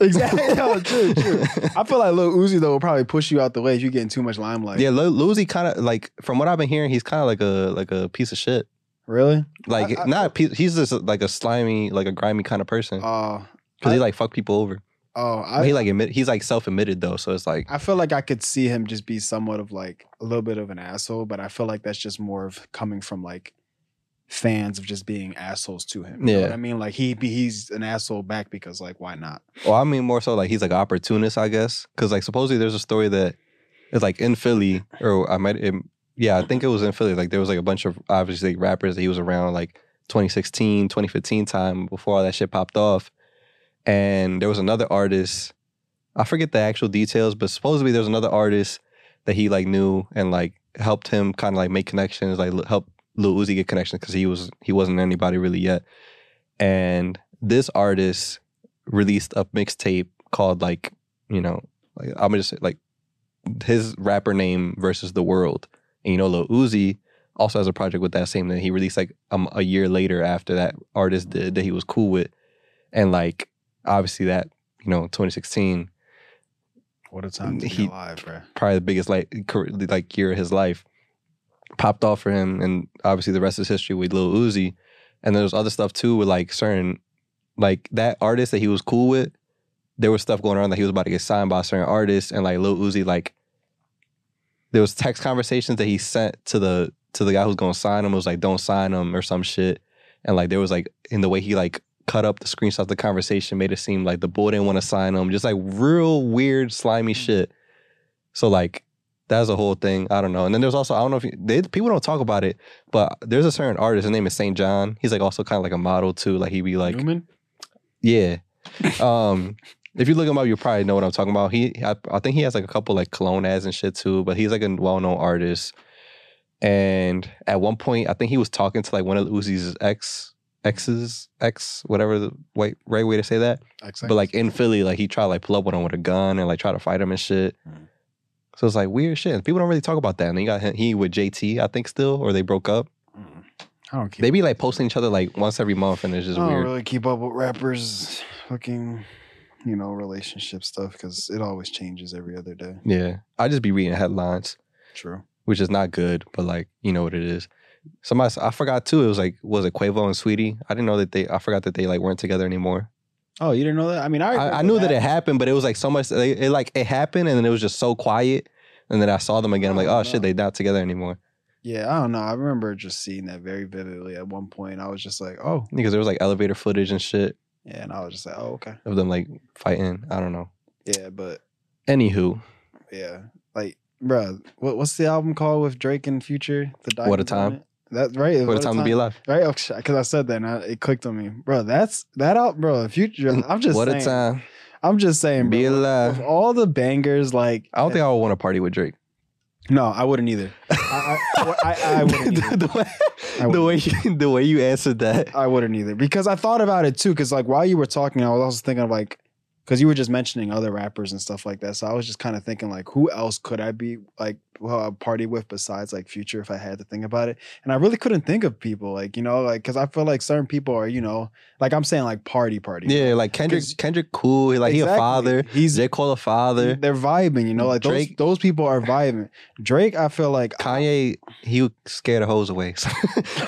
Speaker 2: exactly. <laughs> <laughs> Yo, true, true.
Speaker 1: <laughs>
Speaker 2: I feel like Lil Uzi though will probably push you out the way if you're getting too much limelight.
Speaker 1: yeah, Lil, Lil Uzi kind of like from what I've been hearing, he's kind of like a like a piece of shit.
Speaker 2: Really?
Speaker 1: Like
Speaker 2: I- I-
Speaker 1: not pe- he's just like a slimy, like a grimy kind of person
Speaker 2: Oh,
Speaker 1: because he
Speaker 2: I-
Speaker 1: like fuck people over.
Speaker 2: oh,
Speaker 1: But
Speaker 2: I,
Speaker 1: he like admit he's like self admitted though, so it's like
Speaker 2: I feel like I could see him just be somewhat of like a little bit of an asshole, but I feel like that's just more of coming from like fans of just being assholes to him. You know
Speaker 1: Yeah.
Speaker 2: what I mean? Like he be- he's an asshole back because like why not?
Speaker 1: Well, I mean, more so like he's like an opportunist, I guess, because like supposedly there's a story that it's like in Philly, or I might, it, yeah, I think it was in Philly. Like there was like a bunch of obviously rappers that he was around like 2016, 2015 time before all that shit popped off, and there was another artist. I forget the actual details, but supposedly there was another artist that he like knew and like helped him kind of like make connections, like l- help Lil Uzi get connections because he was he wasn't anybody really yet. And this artist released a mixtape called like you know like I'm gonna just say like his rapper name versus the world. And you know Lil Uzi also has a project with that same name. He released like um, a year later after that artist did that he was cool with, and like obviously that you know 2016
Speaker 2: What a time to
Speaker 1: He-
Speaker 2: be alive, bro.
Speaker 1: probably the biggest like career, like year of his life popped off for him and obviously the rest is history with Lil Uzi and there's other stuff too with like certain like that artist that he was cool with there was stuff going on that he was about to get signed by certain artists and like Lil Uzi like there was text conversations that he sent to the to the guy who's going to sign him it was like don't sign him or some shit and like there was like in the way he like cut up the screenshots of the conversation made it seem like the boy didn't want to sign him just like real weird slimy shit so like that's a whole thing. I don't know. And then there's also I don't know if you, they, people don't talk about it, but there's a certain artist. His name is Saint John. He's like also kind of like a model too. Like he be like
Speaker 2: Newman?
Speaker 1: yeah. Um, if you look him up, you probably know what I'm talking about. He, I, I think he has like a couple like cologne ads and shit too. But he's like a well-known artist. And at one point, I think he was talking to like one of Uzi's ex, exes, ex, whatever the white right way to say that. But like in Philly, like he tried to like pull up on him with a gun and like try to fight him and shit.
Speaker 2: Mm.
Speaker 1: So it's like weird shit. People don't really talk about that. And he got him, he with JT, I think, still, or they broke up.
Speaker 2: Mm. I don't keep
Speaker 1: They be like posting each other like once every month, and it's just
Speaker 2: I don't
Speaker 1: weird.
Speaker 2: Oh, really keep up with rappers fucking you know, relationship stuff because it always changes every other day.
Speaker 1: Yeah, I just be reading headlines,
Speaker 2: True.
Speaker 1: which is not good, but like you know what it is. Somebody, I forgot too. It was like was it Quavo and Sweetie? I didn't know that they. I forgot that they like weren't together anymore.
Speaker 2: Oh, you didn't know that? I mean, I
Speaker 1: I, I knew that it happened, but it was like so much. It, it like it happened, and then it was just so quiet. And then I saw them again. I'm like, oh
Speaker 2: Oh, no.
Speaker 1: shit, they not together anymore.
Speaker 2: Yeah, I don't know. I remember just seeing that very vividly at one point. I was just like, oh,
Speaker 1: Because there was like elevator footage and shit
Speaker 2: yeah, and I was just like, oh, okay,
Speaker 1: of them like fighting. I don't know.
Speaker 2: yeah, but
Speaker 1: Anywho,
Speaker 2: yeah, like, bruh, what, what's the album called with Drake and Future? The
Speaker 1: What a
Speaker 2: Diamonds
Speaker 1: Time.
Speaker 2: on it? That right?
Speaker 1: what a time to be alive.
Speaker 2: Right? Okay, because I said that and I, it clicked on me, bro. That's that out,
Speaker 1: <laughs>
Speaker 2: bro. Future. I'm just
Speaker 1: what
Speaker 2: saying,
Speaker 1: a time.
Speaker 2: I'm just saying,
Speaker 1: Be
Speaker 2: bro.
Speaker 1: alive.
Speaker 2: Of all the bangers, like eh,
Speaker 1: I don't think I would want to party with Drake.
Speaker 2: no, I wouldn't either. I- I- I- I
Speaker 1: <laughs>
Speaker 2: wouldn't
Speaker 1: the,
Speaker 2: either.
Speaker 1: the way,
Speaker 2: I
Speaker 1: the way you, the way you answered that.
Speaker 2: I wouldn't either because I thought about it too. Because like while you were talking, I was also thinking of like because you were just mentioning other rappers and stuff like that. So I was just kind of thinking like who else could I be like well, a party with besides like Future if I had to think about it. And I really couldn't think of people like you know like because I feel like certain people are you know like I'm saying like party party.
Speaker 1: Yeah, like Kendrick.
Speaker 2: 'Cause-
Speaker 1: Kendrick, cool. Like he a
Speaker 2: Exactly.
Speaker 1: father.
Speaker 2: He's
Speaker 1: J Cole a father. Mm,
Speaker 2: they're vibing. You know like
Speaker 1: Drake-
Speaker 2: those those people are vibing. Drake, I feel like
Speaker 1: Kanye, he would scare the hoes away. <laughs>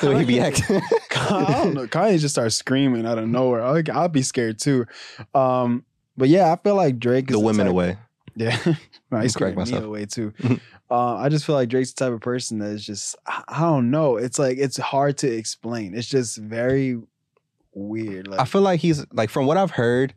Speaker 1: So the way he
Speaker 2: <laughs>
Speaker 1: be acting. <laughs>
Speaker 2: I don't know. Kanye just starts screaming out of nowhere. I'll, I'll be scared too. Um, but yeah, I feel like Drake. Is
Speaker 1: the women
Speaker 2: type-
Speaker 1: away.
Speaker 2: <laughs> Yeah, no, I
Speaker 1: cracked
Speaker 2: scared me
Speaker 1: myself.
Speaker 2: away too.
Speaker 1: Mhm.
Speaker 2: uh, I just feel like Drake's the type of person that is just I, I don't know. It's like it's hard to explain. It's just very weird. Like
Speaker 1: I feel like he's like from what I've heard,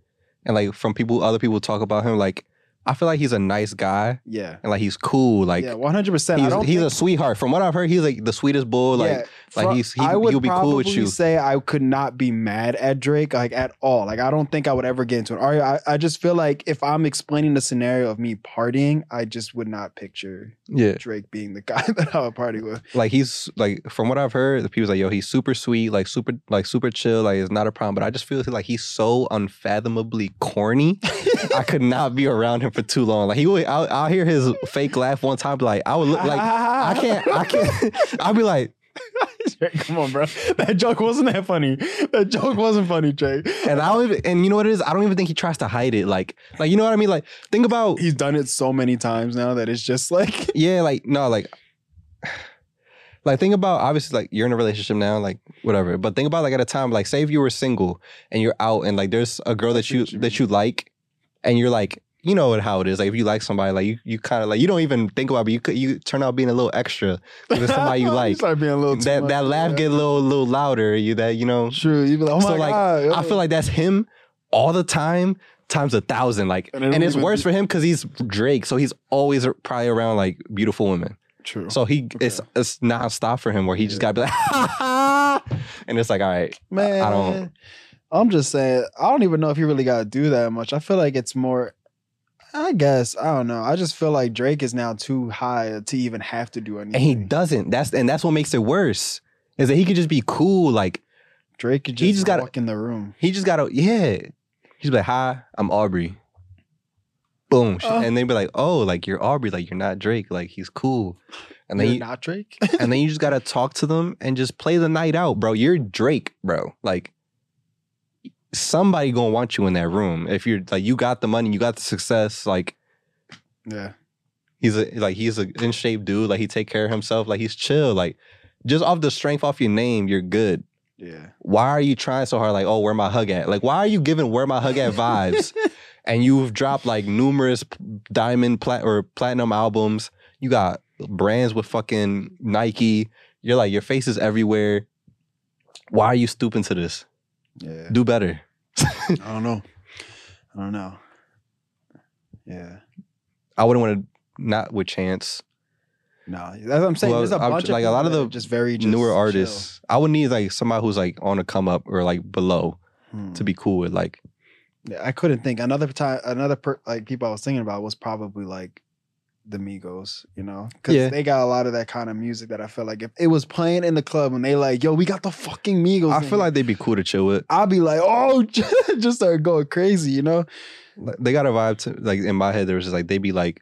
Speaker 1: and like from people, other people talk about him. Like I feel like he's a nice guy,
Speaker 2: yeah,
Speaker 1: and like he's cool. Like
Speaker 2: yeah, one hundred percent. I
Speaker 1: he's,
Speaker 2: don't.
Speaker 1: he's
Speaker 2: think,
Speaker 1: a sweetheart. From what I've heard, he's like the sweetest bull. Like
Speaker 2: yeah,
Speaker 1: like,
Speaker 2: fro-
Speaker 1: he's- he-
Speaker 2: I would
Speaker 1: he'll be cool with
Speaker 2: probably
Speaker 1: you.
Speaker 2: Say I could not be mad at Drake like at all. Like I don't think I would ever get into an argument. I, I just feel like if I'm explaining the scenario of me partying, I just would not picture
Speaker 1: yeah,
Speaker 2: Drake being the <laughs> guy that I would party with.
Speaker 1: like he's like from what I've heard, the people's like, yo, he's super sweet, like super, like super chill, like it's not a problem. But I just feel like he's so unfathomably corny. I could not be around him for too long. Like he would, I'll, I'll hear his fake laugh one time. Like I would look like I can't, I
Speaker 2: <laughs>
Speaker 1: can't. <laughs> I'll be like,
Speaker 2: Come on, bro. That joke wasn't that funny. That joke wasn't funny, Drake.
Speaker 1: and I don't even, and you know what it is? I don't even think he tries to hide it. Like, like you know what I mean? Like think about
Speaker 2: He's done it so many times now that it's just like
Speaker 1: yeah, like no, like <sighs> Like think about obviously like you're in a relationship now, like whatever. But think about like at a time, like say if you were single and you're out and like there's a girl
Speaker 2: I
Speaker 1: that
Speaker 2: see
Speaker 1: you
Speaker 2: what you
Speaker 1: that you like, and you're like, you know what how it is. Like if you like somebody, like you, you kind of like you don't even think about, it, but you could you turn out being a little extra. There's somebody
Speaker 2: <laughs>
Speaker 1: you like.
Speaker 2: start being a little too
Speaker 1: That
Speaker 2: much,
Speaker 1: that laugh
Speaker 2: yeah.
Speaker 1: get a little little louder. You that you know.
Speaker 2: True. You be like, oh
Speaker 1: So,
Speaker 2: my
Speaker 1: like,
Speaker 2: god.
Speaker 1: I feel like that's him all the time times a thousand. Like,
Speaker 2: And
Speaker 1: and,
Speaker 2: I don't
Speaker 1: it's
Speaker 2: even-
Speaker 1: worse for him because he's Drake, so he's always a- probably around like beautiful women.
Speaker 2: true.
Speaker 1: So he it's it's nonstop for him where he just gotta be like, ha ha, and it's like, <laughs> all right,
Speaker 2: Man,
Speaker 1: I don't-
Speaker 2: I'm just saying. I don't even know if you really got to do that much. I feel like it's more. I guess I don't know. I just feel like Drake is now too high to even have to do anything.
Speaker 1: and he doesn't. That's and that's what makes it worse is that he could just be cool. Like
Speaker 2: Drake could just,
Speaker 1: he just gotta-
Speaker 2: walk in the room.
Speaker 1: he just gotta yeah. He's like, hi, I'm Aubrey. Boom,
Speaker 2: Uh.
Speaker 1: and they'd be like, oh, like you're Aubrey, like you're not Drake, like he's cool. And then
Speaker 2: You're
Speaker 1: you, <laughs>
Speaker 2: not Drake.
Speaker 1: and then you just gotta talk to them and just play the night out, bro. You're Drake, bro. Like somebody gonna want you in that room if you're like you got the money, you got the success. Like
Speaker 2: yeah,
Speaker 1: he's a like he's a in shape dude. Like he take care of himself. Like he's chill. Like just off the strength off your name, you're good.
Speaker 2: yeah.
Speaker 1: Why are you trying so hard? Like oh, where my hug at? Like why are you giving where my hug at
Speaker 2: <laughs>
Speaker 1: vibes? and you've dropped like numerous p- diamond plat or platinum albums. You got brands with fucking Nike. You're like your face is everywhere. Why are you stooping to this? <laughs>
Speaker 2: yeah.
Speaker 1: Do better.
Speaker 2: I don't know. I don't know. Yeah.
Speaker 1: I wouldn't want to not with Chance
Speaker 2: No, that's what I'm saying.
Speaker 1: Well,
Speaker 2: There's a
Speaker 1: I'm-
Speaker 2: bunch
Speaker 1: like,
Speaker 2: of
Speaker 1: a lot
Speaker 2: people
Speaker 1: of
Speaker 2: that
Speaker 1: the
Speaker 2: are just very just
Speaker 1: newer
Speaker 2: chill.
Speaker 1: artists. I would need like somebody who's like on a come up or like below
Speaker 2: Hmm.
Speaker 1: to be cool with like
Speaker 2: Yeah, I couldn't think. Another time, another per, like people I was thinking about was probably like the Migos, you know, because
Speaker 1: Yeah.
Speaker 2: they got a lot of that kind of music that I felt like if it was playing in the club and they like, yo, we got the fucking Migos.
Speaker 1: I
Speaker 2: in
Speaker 1: feel
Speaker 2: here,"
Speaker 1: like they'd be cool to chill with.
Speaker 2: I'll be like, oh, <laughs> just start going crazy, you know.
Speaker 1: Like, They got a vibe to like in my head there was just like they'd be like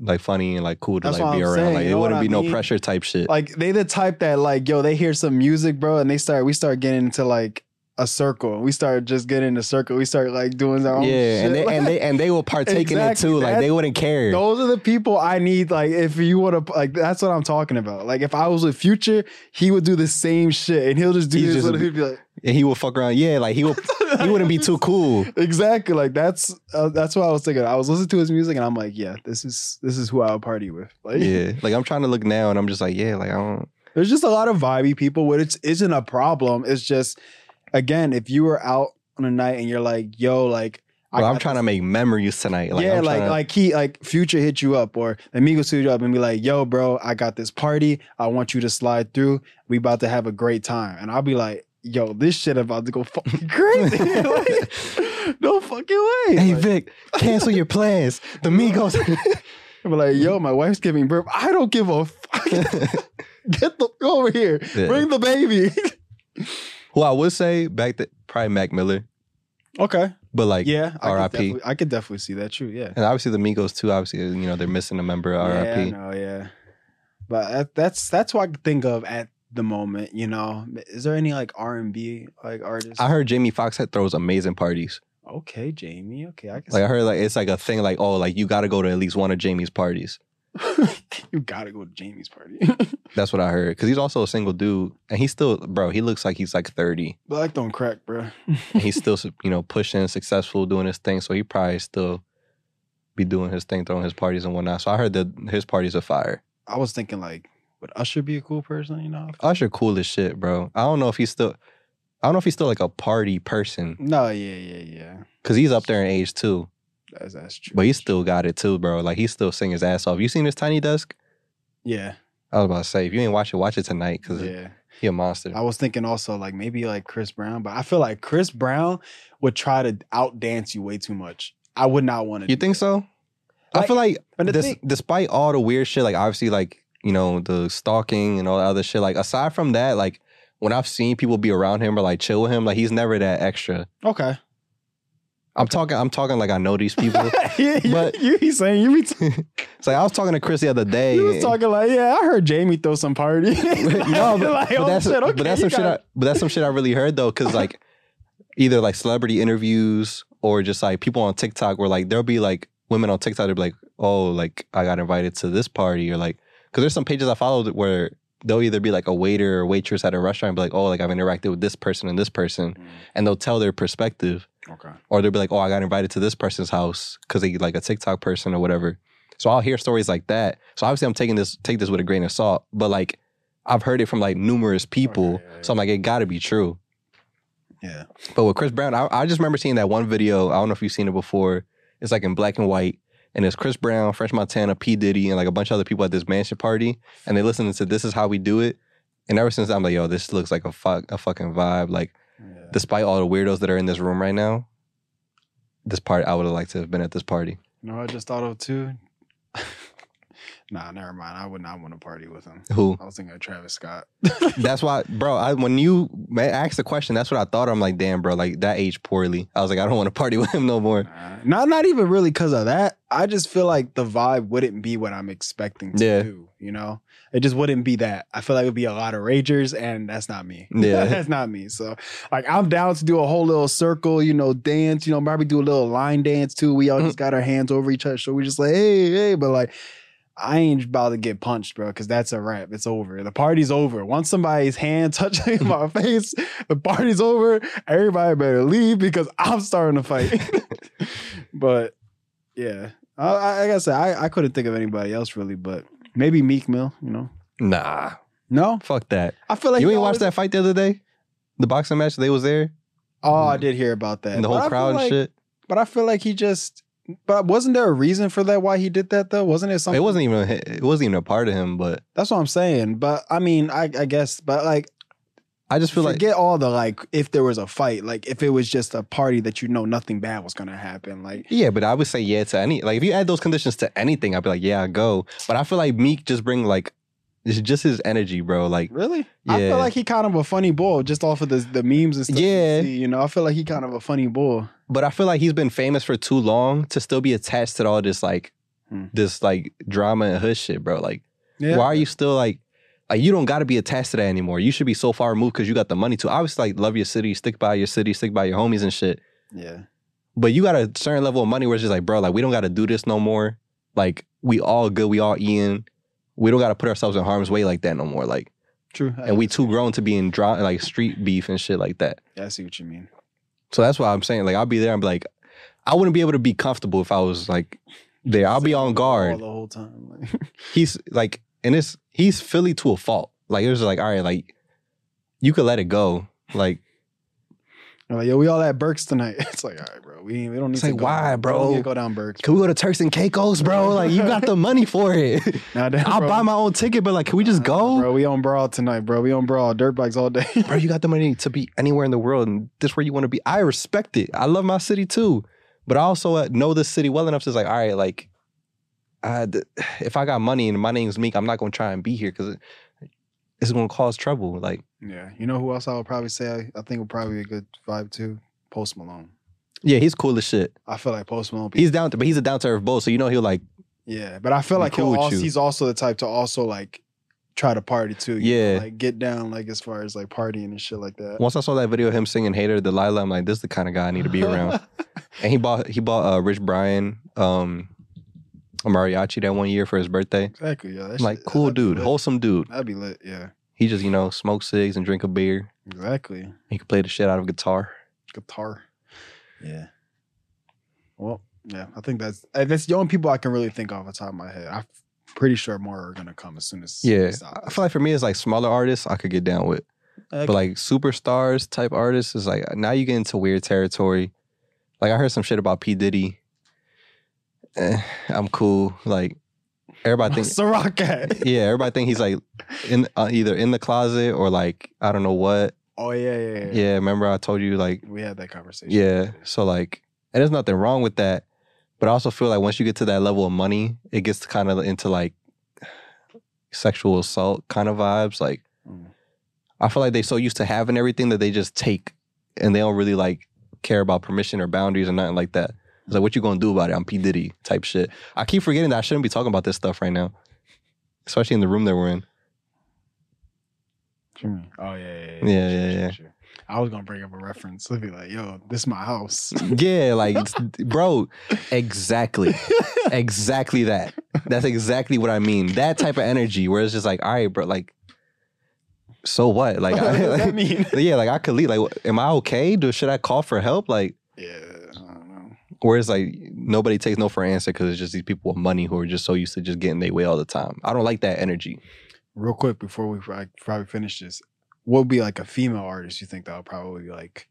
Speaker 1: like funny and like cool to
Speaker 2: That's
Speaker 1: like
Speaker 2: what
Speaker 1: be
Speaker 2: I'm
Speaker 1: around.
Speaker 2: saying,
Speaker 1: Like
Speaker 2: you
Speaker 1: it
Speaker 2: know what
Speaker 1: wouldn't
Speaker 2: I
Speaker 1: be no
Speaker 2: mean?
Speaker 1: pressure type shit.
Speaker 2: Like they the type that like, yo, they hear some music, bro, and they start we start getting into like a circle, and we start just getting in a circle. We start like doing our own
Speaker 1: yeah, and
Speaker 2: um, shit.
Speaker 1: they,
Speaker 2: <laughs>
Speaker 1: and they and they will partake in it
Speaker 2: Exactly,
Speaker 1: too. Like
Speaker 2: that-
Speaker 1: they wouldn't care.
Speaker 2: Those are the people I need. Like, if you want to, like, that's what I'm talking about. Like, if I was with Future, he would do the same shit, and he'll just do
Speaker 1: He's
Speaker 2: this.
Speaker 1: just-
Speaker 2: little, he'd be <laughs> like,
Speaker 1: And he will fuck around. Yeah, like he will. he wouldn't be too cool.
Speaker 2: Exactly. Like, that's uh, that's what I was thinking. I was listening to his music, and I'm like, yeah, this is this is who I would party with. <laughs> <laughs> Like,
Speaker 1: Yeah, like I'm trying to look now, and I'm just like, yeah, like I don't.
Speaker 2: there's just a lot of vibey people, which it's- isn't a problem. It's just, again, if you were out on a night and you're like, yo, like,
Speaker 1: Bro, I'm
Speaker 2: got
Speaker 1: trying to make memories tonight. Like,
Speaker 2: yeah,
Speaker 1: I'm
Speaker 2: like
Speaker 1: tryna-
Speaker 2: like he like Future hit you up or Amigos hit you up and be like, "Yo, bro, I got this party. I want you to slide through. We about to have a great time." And I'll be like, "Yo, this shit about to go fucking <laughs> crazy. Like, no fucking
Speaker 1: <laughs>
Speaker 2: way."
Speaker 1: Hey
Speaker 2: Like,
Speaker 1: Vic, cancel your plans. The Migos. <laughs>
Speaker 2: I'll be like, "Yo, my wife's giving birth. I don't give a
Speaker 1: <laughs>
Speaker 2: fuck. <laughs> Get the go over here.
Speaker 1: Yeah.
Speaker 2: <laughs> Bring the baby." <laughs>
Speaker 1: Well, I would say back to probably Mac Miller,
Speaker 2: okay.
Speaker 1: but like,
Speaker 2: Yeah. I could
Speaker 1: R.I.P..
Speaker 2: definitely- I could definitely see that. True. Yeah.
Speaker 1: and obviously the Migos too. Obviously, you know they're missing a member.
Speaker 2: Yeah, I
Speaker 1: R.I.P.
Speaker 2: know, yeah. But that, that's that's what I can think of at the moment. You know, is there any like R and B like artists?
Speaker 1: I heard Jamie Foxx had- throws amazing parties.
Speaker 2: okay, Jamie. Okay, I can.
Speaker 1: Like I heard, like it's like a thing. Like oh, like you got to go to at least one of Jamie's parties.
Speaker 2: see- <laughs> you gotta go to Jamie's party. <laughs>
Speaker 1: That's what I heard. Because he's also a single dude, and he's still, bro. He looks like he's like thirty.
Speaker 2: Black don't crack, bro.
Speaker 1: and he's still <laughs> you know pushing successful doing his thing so he probably still be doing his thing throwing his parties and whatnot so i heard that his parties are fire
Speaker 2: I was thinking like, would Usher be a cool person? You know?
Speaker 1: usher cool as shit bro i don't know if he's still i don't know if he's still like a party person
Speaker 2: No, yeah, yeah, yeah.
Speaker 1: because he's up there in age too
Speaker 2: That's that's true.
Speaker 1: but he still got it too bro like he's still singing his ass off you seen his tiny desk
Speaker 2: yeah,
Speaker 1: i was about to say if you ain't watch it watch it tonight because
Speaker 2: yeah.
Speaker 1: he a monster
Speaker 2: I was thinking also like maybe like Chris Brown, but I feel like Chris Brown would try to outdance you way too much. I would not want to.
Speaker 1: you think so i
Speaker 2: Like,
Speaker 1: feel like
Speaker 2: And the
Speaker 1: Des-
Speaker 2: thing,
Speaker 1: despite all the weird shit, like obviously, like you know, the stalking and all the other shit. Like aside from that, like when I've seen people be around him or like chill with him, like he's never that extra.
Speaker 2: okay.
Speaker 1: I'm talking, I'm talking like I know these people.
Speaker 2: <laughs>
Speaker 1: <laughs>
Speaker 2: yeah,
Speaker 1: But-
Speaker 2: you, you be saying you be t-
Speaker 1: it's like I was talking to Chris the other day.
Speaker 2: <laughs> you was talking like, yeah, I heard Jamie throw some party.
Speaker 1: <laughs> no, but,
Speaker 2: <laughs> Like,
Speaker 1: but
Speaker 2: oh,
Speaker 1: that's
Speaker 2: shit, okay,
Speaker 1: but that's some
Speaker 2: you
Speaker 1: shit. I,
Speaker 2: got-
Speaker 1: but that's some shit I really heard though, because like either like celebrity interviews or just like people on TikTok where like there'll be like women on TikTok they'll be like, oh, like I got invited to this party or like because there's some pages I followed where they'll either be like a waiter or waitress at a restaurant and be like, oh, like I've interacted with this person and this person. And they'll tell their perspective.
Speaker 2: Mm, Okay.
Speaker 1: Or they'll be like, oh, I got invited to this person's house because they like a TikTok person or whatever. So I'll hear stories like that. So obviously I'm taking this, take this with a grain of salt, but like I've heard it from like numerous people.
Speaker 2: Okay, Oh, yeah,
Speaker 1: So I'm like, it gotta be true.
Speaker 2: Yeah.
Speaker 1: But with Chris Brown, I, I just remember seeing that one video. I don't know if you've seen it before. It's like in black and white. And it's Chris Brown, French Montana, P. Diddy, and like a bunch of other people at this mansion party. And they listening to This Is How We Do It. And ever since then, I'm like, yo, this looks like a, fuck, a fucking vibe. Like,
Speaker 2: Yeah.
Speaker 1: despite all the weirdos that are in this room right now, this part, I would have liked to have been at this party.
Speaker 2: You know, what I just thought of too. <laughs> nah, never mind. I would not want to party with him. <laughs>
Speaker 1: Who?
Speaker 2: I was thinking of Travis Scott.
Speaker 1: That's why, bro, I, when you ma- asked the question, that's what I thought. I'm like, damn, bro, like that aged poorly. I was like, I don't want to party <laughs> with him no more.
Speaker 2: Nah. Not not even really because of that. I just feel like the vibe wouldn't be what I'm expecting to
Speaker 1: Yeah.
Speaker 2: do. You know, it just wouldn't be that. I feel like it'd be a lot of ragers, and that's not me. <laughs>
Speaker 1: Yeah.
Speaker 2: that's not me. So, like, I'm down to do a whole little circle, you know, dance. You know, probably do a little line dance too. We all just got our hands over each other, so we just like, hey, hey. But like, I ain't about to get punched, bro, because that's a wrap. It's over. The party's over. Once somebody's hand <laughs> touches my face, the party's over. Everybody better leave because I'm starting to fight. <laughs> but yeah, I, I, like I said, I, I couldn't think of anybody else really, but maybe Meek Mill, you know?
Speaker 1: Nah,
Speaker 2: No,
Speaker 1: fuck that.
Speaker 2: I feel like
Speaker 1: you
Speaker 2: he
Speaker 1: ain't
Speaker 2: always-
Speaker 1: watched that fight the other day? The boxing match, they was there
Speaker 2: Oh, I did hear about that.
Speaker 1: and the
Speaker 2: But I
Speaker 1: whole
Speaker 2: feel
Speaker 1: crowd
Speaker 2: like-
Speaker 1: and shit.
Speaker 2: But I feel like he just. But wasn't there a reason for that? Why he did that though? Wasn't it something?
Speaker 1: It wasn't even a, it wasn't even a part of him, but
Speaker 2: That's what I'm saying. But I mean, I, I guess. But like,
Speaker 1: I just feel like
Speaker 2: forget all the like if there was a fight like if it was just a party that you know nothing bad was gonna happen like
Speaker 1: yeah, but I would say yeah to any like if you add those conditions to anything, I'd be like yeah, I go. But I feel like Meek just bring like it's just his energy, bro. Like
Speaker 2: really i
Speaker 1: Yeah.
Speaker 2: feel like he kind of a funny bull just off of the, the memes and stuff you
Speaker 1: Yeah.
Speaker 2: see, you know i feel like he kind of a funny bull
Speaker 1: but I feel like he's been famous for too long to still be attached to all this like
Speaker 2: Hmm.
Speaker 1: this like drama and hood shit, bro. Like
Speaker 2: yeah
Speaker 1: why are you still like like you don't got to be attached to that anymore. You should be so far removed because you got the money to. Obviously, like love your city, stick by your city, stick by your homies and shit.
Speaker 2: yeah
Speaker 1: but you got a certain level of money where it's just like, bro, like we don't got to do this no more. Like we all good, we all eating. We don't got to put ourselves in harm's way like that no more. Like,
Speaker 2: true I
Speaker 1: and we
Speaker 2: guess.
Speaker 1: too grown to be in dry, like street beef and shit like that.
Speaker 2: Yeah, i see what you mean
Speaker 1: So that's why I'm saying, like, I'll be there. I'm like, I wouldn't be able to be comfortable if I was like there. I'll be
Speaker 2: Sitting
Speaker 1: on
Speaker 2: the wall
Speaker 1: guard.
Speaker 2: the whole time like,
Speaker 1: He's like, and it's he's Philly to a fault. Like it was like, all right, like you could let it go. Like
Speaker 2: I'm like, yo we all at burke's tonight <laughs> it's like all right bro we, ain't- we don't need
Speaker 1: It's
Speaker 2: to
Speaker 1: like,
Speaker 2: go
Speaker 1: why,
Speaker 2: down- we
Speaker 1: bro?
Speaker 2: don't need to go down burke's
Speaker 1: can we go to Turks and Caicos, bro? Like you got the money for it.
Speaker 2: Nah, that-
Speaker 1: I'll
Speaker 2: bro-
Speaker 1: buy my own ticket, but like, can we just go?
Speaker 2: bro we on brawl tonight bro we on brawl dirt bikes all day
Speaker 1: bro, you got the money to be anywhere in the world, and this where you want to be. I respect it. I love my city too, but I also uh, know this city well enough to like, all right, like, uh, th- <sighs> if I got money and my name's Meek, I'm not gonna try and be here because it's gonna cause trouble. Like,
Speaker 2: <laughs> yeah you know who else i would probably say i, I think would probably be a good vibe too post malone
Speaker 1: yeah, he's cool as shit.
Speaker 2: I feel like Post Malone.
Speaker 1: He's down, to, but he's a down to earth bull, so you know he'll like,
Speaker 2: yeah, but I feel
Speaker 1: Be
Speaker 2: like
Speaker 1: cool
Speaker 2: he'll
Speaker 1: with
Speaker 2: also,
Speaker 1: you.
Speaker 2: he's also the type to also like try to party too. you know,
Speaker 1: Yeah.
Speaker 2: like get down like as far as like partying and shit like that.
Speaker 1: once I saw that video of him singing "Hater" Delilah, I'm like, this is the kind of guy I need <laughs> to be around. and he bought he bought uh, Rich Brian um, a mariachi that one year for his birthday.
Speaker 2: <laughs> exactly. Yeah, that
Speaker 1: I'm like,
Speaker 2: shit-
Speaker 1: cool
Speaker 2: that'd be
Speaker 1: dude,
Speaker 2: lit.
Speaker 1: wholesome dude.
Speaker 2: That'd be lit. Yeah,
Speaker 1: He just, you know, smokes cigs and drink a beer.
Speaker 2: exactly.
Speaker 1: He could play the shit out of guitar.
Speaker 2: Guitar. Yeah. Well, yeah, I think that's uh, that's the only people I can really think off the top of my head. I'm pretty sure more are gonna come as soon as we
Speaker 1: Yeah.
Speaker 2: stop
Speaker 1: I
Speaker 2: this.
Speaker 1: feel like for me, it's like smaller artists I could get down with. But like superstars type artists is like, now you get into weird territory. Like I heard some shit about P. Diddy. Eh, I'm cool. Like everybody <laughs>
Speaker 2: <laughs>
Speaker 1: think,
Speaker 2: Ciroc at.
Speaker 1: yeah, everybody think he's like in uh, either in the closet or like, I don't know what.
Speaker 2: <laughs> Oh yeah, yeah, yeah,
Speaker 1: Yeah. remember I told you like,
Speaker 2: We had that conversation.
Speaker 1: yeah. So like, and there's nothing wrong with that. But I also feel like once you get to that level of money, it gets kind of into like sexual assault kind of vibes. Like,
Speaker 2: Mm.
Speaker 1: I feel like they so used to having everything that they just take and they don't really like care about permission or boundaries or nothing like that. It's like what you gonna do about it? I'm P Diddy type shit. I keep forgetting that I shouldn't be talking about this stuff right now, especially in the room that we're in.
Speaker 2: Oh yeah, yeah,
Speaker 1: Yeah,
Speaker 2: yeah, sure,
Speaker 1: yeah,
Speaker 2: sure,
Speaker 1: yeah.
Speaker 2: sure. I was gonna bring up a reference. I'd be like, "Yo, this my house."
Speaker 1: Yeah, like
Speaker 2: <laughs>
Speaker 1: it's, bro, exactly, exactly that. That's exactly what I mean. That type of energy where it's just like, all right, bro, like so what? <laughs> Like,
Speaker 2: <laughs> what
Speaker 1: I,
Speaker 2: does
Speaker 1: <laughs>
Speaker 2: that
Speaker 1: like
Speaker 2: mean?
Speaker 1: yeah, like I could leave. Like, am I okay? Do should I call for help? Like,
Speaker 2: yeah, I don't know.
Speaker 1: whereas like nobody takes no for an answer because it's just these people with money who are just so used to just getting their way all the time. I don't like that energy.
Speaker 2: Real quick before we like, probably finish this, what would be like a female artist you think that would probably be like?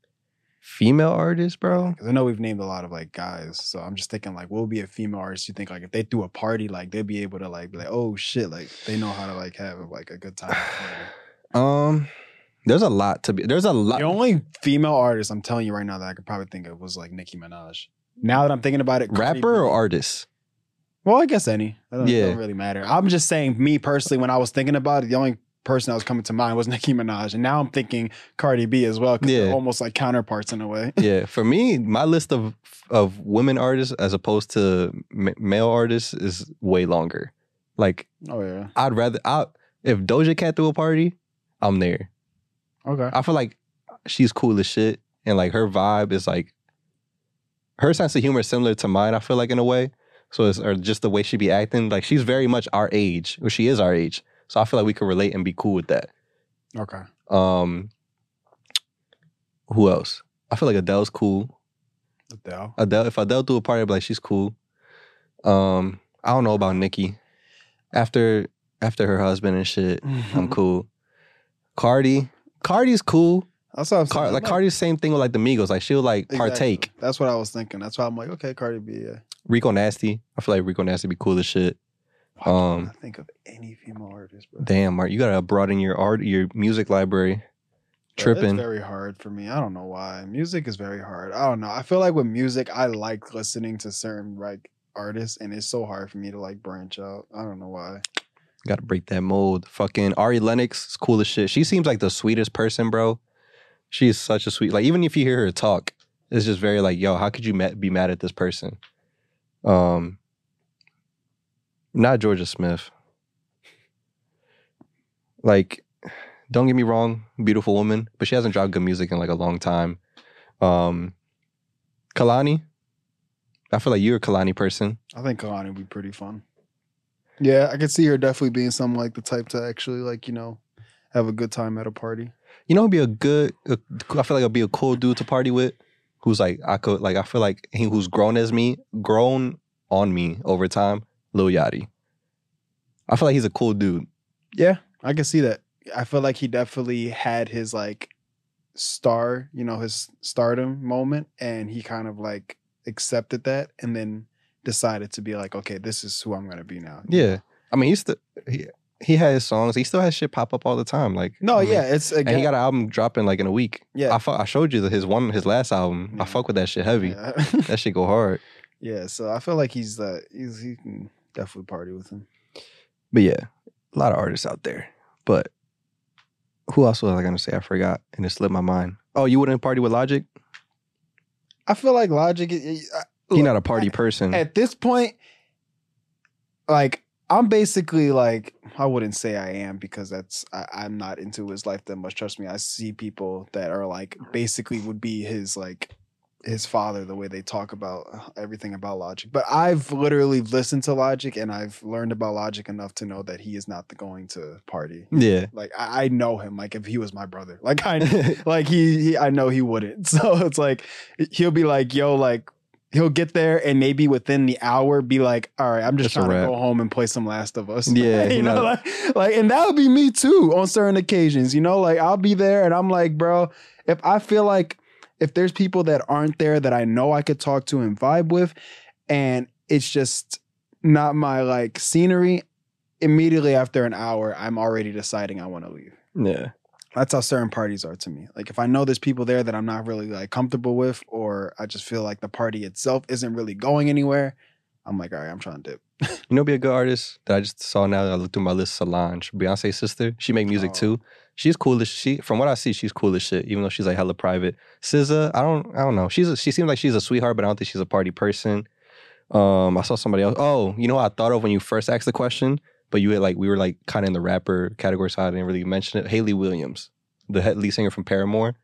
Speaker 1: Female artists, bro.
Speaker 2: Because I know we've named a lot of like guys, so I'm just thinking like, what would be a female artist you think like if they threw a party, like they'd be able to like be like, oh shit, like they know how to like have like a
Speaker 1: <sighs>
Speaker 2: good time.
Speaker 1: Um, there's a lot to be. There's a lot.
Speaker 2: The only female artist I'm telling you right now that I could probably think of was like Nicki Minaj. Now that I'm thinking about it,
Speaker 1: Rapper or
Speaker 2: creepy.
Speaker 1: artist?
Speaker 2: Well, I guess any. I don't, it
Speaker 1: Yeah.
Speaker 2: don't really matter. I'm just saying, me personally, when I was thinking about it, the only person that was coming to mind was <laughs> Nicki Minaj, and now I'm thinking Cardi B as well because
Speaker 1: Yeah.
Speaker 2: they're almost like counterparts in a way.
Speaker 1: yeah, for me, my list of of women artists as opposed to m- male artists is way longer. Like,
Speaker 2: Oh yeah.
Speaker 1: I'd rather I if Doja Cat threw a party, I'm there.
Speaker 2: Okay.
Speaker 1: I feel like she's cool as shit, and like her vibe is like her sense of humor is similar to mine. I feel like in a way, so it's or just the way she be acting. Like she's very much our age, or she is our age. So I feel like we could relate and be cool with that. Uh,
Speaker 2: Okay.
Speaker 1: Um, who else? I feel like Adele's cool.
Speaker 2: Adele.
Speaker 1: Adele, if Adele threw a party, I'd be like, she's cool. Um, I don't know about Nikki. After after her husband and shit,
Speaker 2: <laughs> Mm-hmm.
Speaker 1: I'm cool. Cardi, Cardi's cool.
Speaker 2: That's what I'm saying.
Speaker 1: Car- like
Speaker 2: I'm
Speaker 1: Cardi's same thing with like the Migos. Like she'll like
Speaker 2: Exactly.
Speaker 1: partake.
Speaker 2: That's what I was thinking. That's why I'm like, okay, Cardi B. Yeah.
Speaker 1: Rico Nasty. I feel like Rico Nasty be cool as shit.
Speaker 2: Why can't
Speaker 1: Um,
Speaker 2: I think of any female artist, bro.
Speaker 1: Damn, Mark, you gotta broaden your art, your music library.
Speaker 2: Bro, it's
Speaker 1: Tripping.
Speaker 2: very hard for me. I don't know why. Music is very hard. I don't know. I feel like with music, I like listening to certain like artists, and it's so hard for me to like branch out. I don't know why.
Speaker 1: Gotta break that mold. Fucking Ari Lennox is cool as shit. She seems like the sweetest person, bro. She is such a sweet. Like even if you hear her talk, it's just very like, yo, how could you ma- be mad at this person? Um, not Georgia Smith. Like, don't get me wrong, beautiful woman, but she hasn't dropped good music in like a long time. Um, Kalani, I feel like you're a Kalani person.
Speaker 2: I think Kalani would be pretty fun. Yeah, I could see her definitely being some like the type to actually like you know have a good time at a party.
Speaker 1: You know, who'd be a good. a- I feel like I'd be a cool dude to party with. Who's like I could like I feel like he who's grown as me, grown on me over time. Lil Yachty. I feel like he's a cool dude.
Speaker 2: Yeah, I can see that. I feel like he definitely had his like star, you know, his stardom moment, and he kind of like accepted that, and then decided to be like, okay, this is who I'm gonna be now.
Speaker 1: Yeah, I mean he's still he, he has songs. He still has shit pop up all the time. Like
Speaker 2: No,
Speaker 1: I mean,
Speaker 2: yeah, it's again.
Speaker 1: and he got an album dropping like in a week.
Speaker 2: yeah,
Speaker 1: I fu- I showed you the, his one his last album.
Speaker 2: Yeah.
Speaker 1: I fuck with that shit heavy.
Speaker 2: yeah. <laughs>
Speaker 1: That shit go hard.
Speaker 2: Yeah, So I feel like he's uh, he's he can definitely party with him.
Speaker 1: But yeah, a lot of artists out there. But who else was I gonna say? I forgot and it slipped my mind. Oh, you wouldn't party with Logic?
Speaker 2: I feel like Logic. i- I-
Speaker 1: He's
Speaker 2: Look,
Speaker 1: not a party person.
Speaker 2: at this point, like I'm basically like I wouldn't say I am because that's I, I'm not into his life that much. Trust me, I see people that are like basically would be his like his father the way they talk about everything about logic but i've literally listened to logic and i've learned about logic enough to know that he is not going to party
Speaker 1: yeah.
Speaker 2: like I, I know him like if he was my brother like
Speaker 1: <laughs>
Speaker 2: i like he, he i know he wouldn't <laughs> so it's like he'll be like yo like he'll get there and maybe within the hour be like all right i'm just
Speaker 1: That's a
Speaker 2: trying to
Speaker 1: wrap.
Speaker 2: go home and play some last of us
Speaker 1: Yeah,
Speaker 2: you
Speaker 1: you
Speaker 2: know
Speaker 1: know.
Speaker 2: like like and that would be me too on certain occasions you know like i'll be there and i'm like bro if i feel like if there's people that aren't there that i know i could talk to and vibe with and it's just not my like scenery immediately after an hour i'm already deciding i want to leave
Speaker 1: yeah.
Speaker 2: that's how certain parties are to me. Like if I know there's people there that I'm not really like comfortable with, or I just feel like the party itself isn't really going anywhere, I'm like, all right, I'm trying to dip.
Speaker 1: You know, be a good artist that I just saw now that I looked through my list. Solange, Beyonce's sister. She make music
Speaker 2: Oh.
Speaker 1: too. She's cool as she. From what I see, she's cool as shit. Even though she's like hella private. SZA, I don't, I don't know. She's a, she seems like she's a sweetheart, but I don't think she's a party person. Um, I saw somebody else. Oh, you know, what I thought of when you first asked the question, but you had like we were like kind of in the rapper category, so I didn't really mention it. Haley Williams, the head lead singer from Paramore.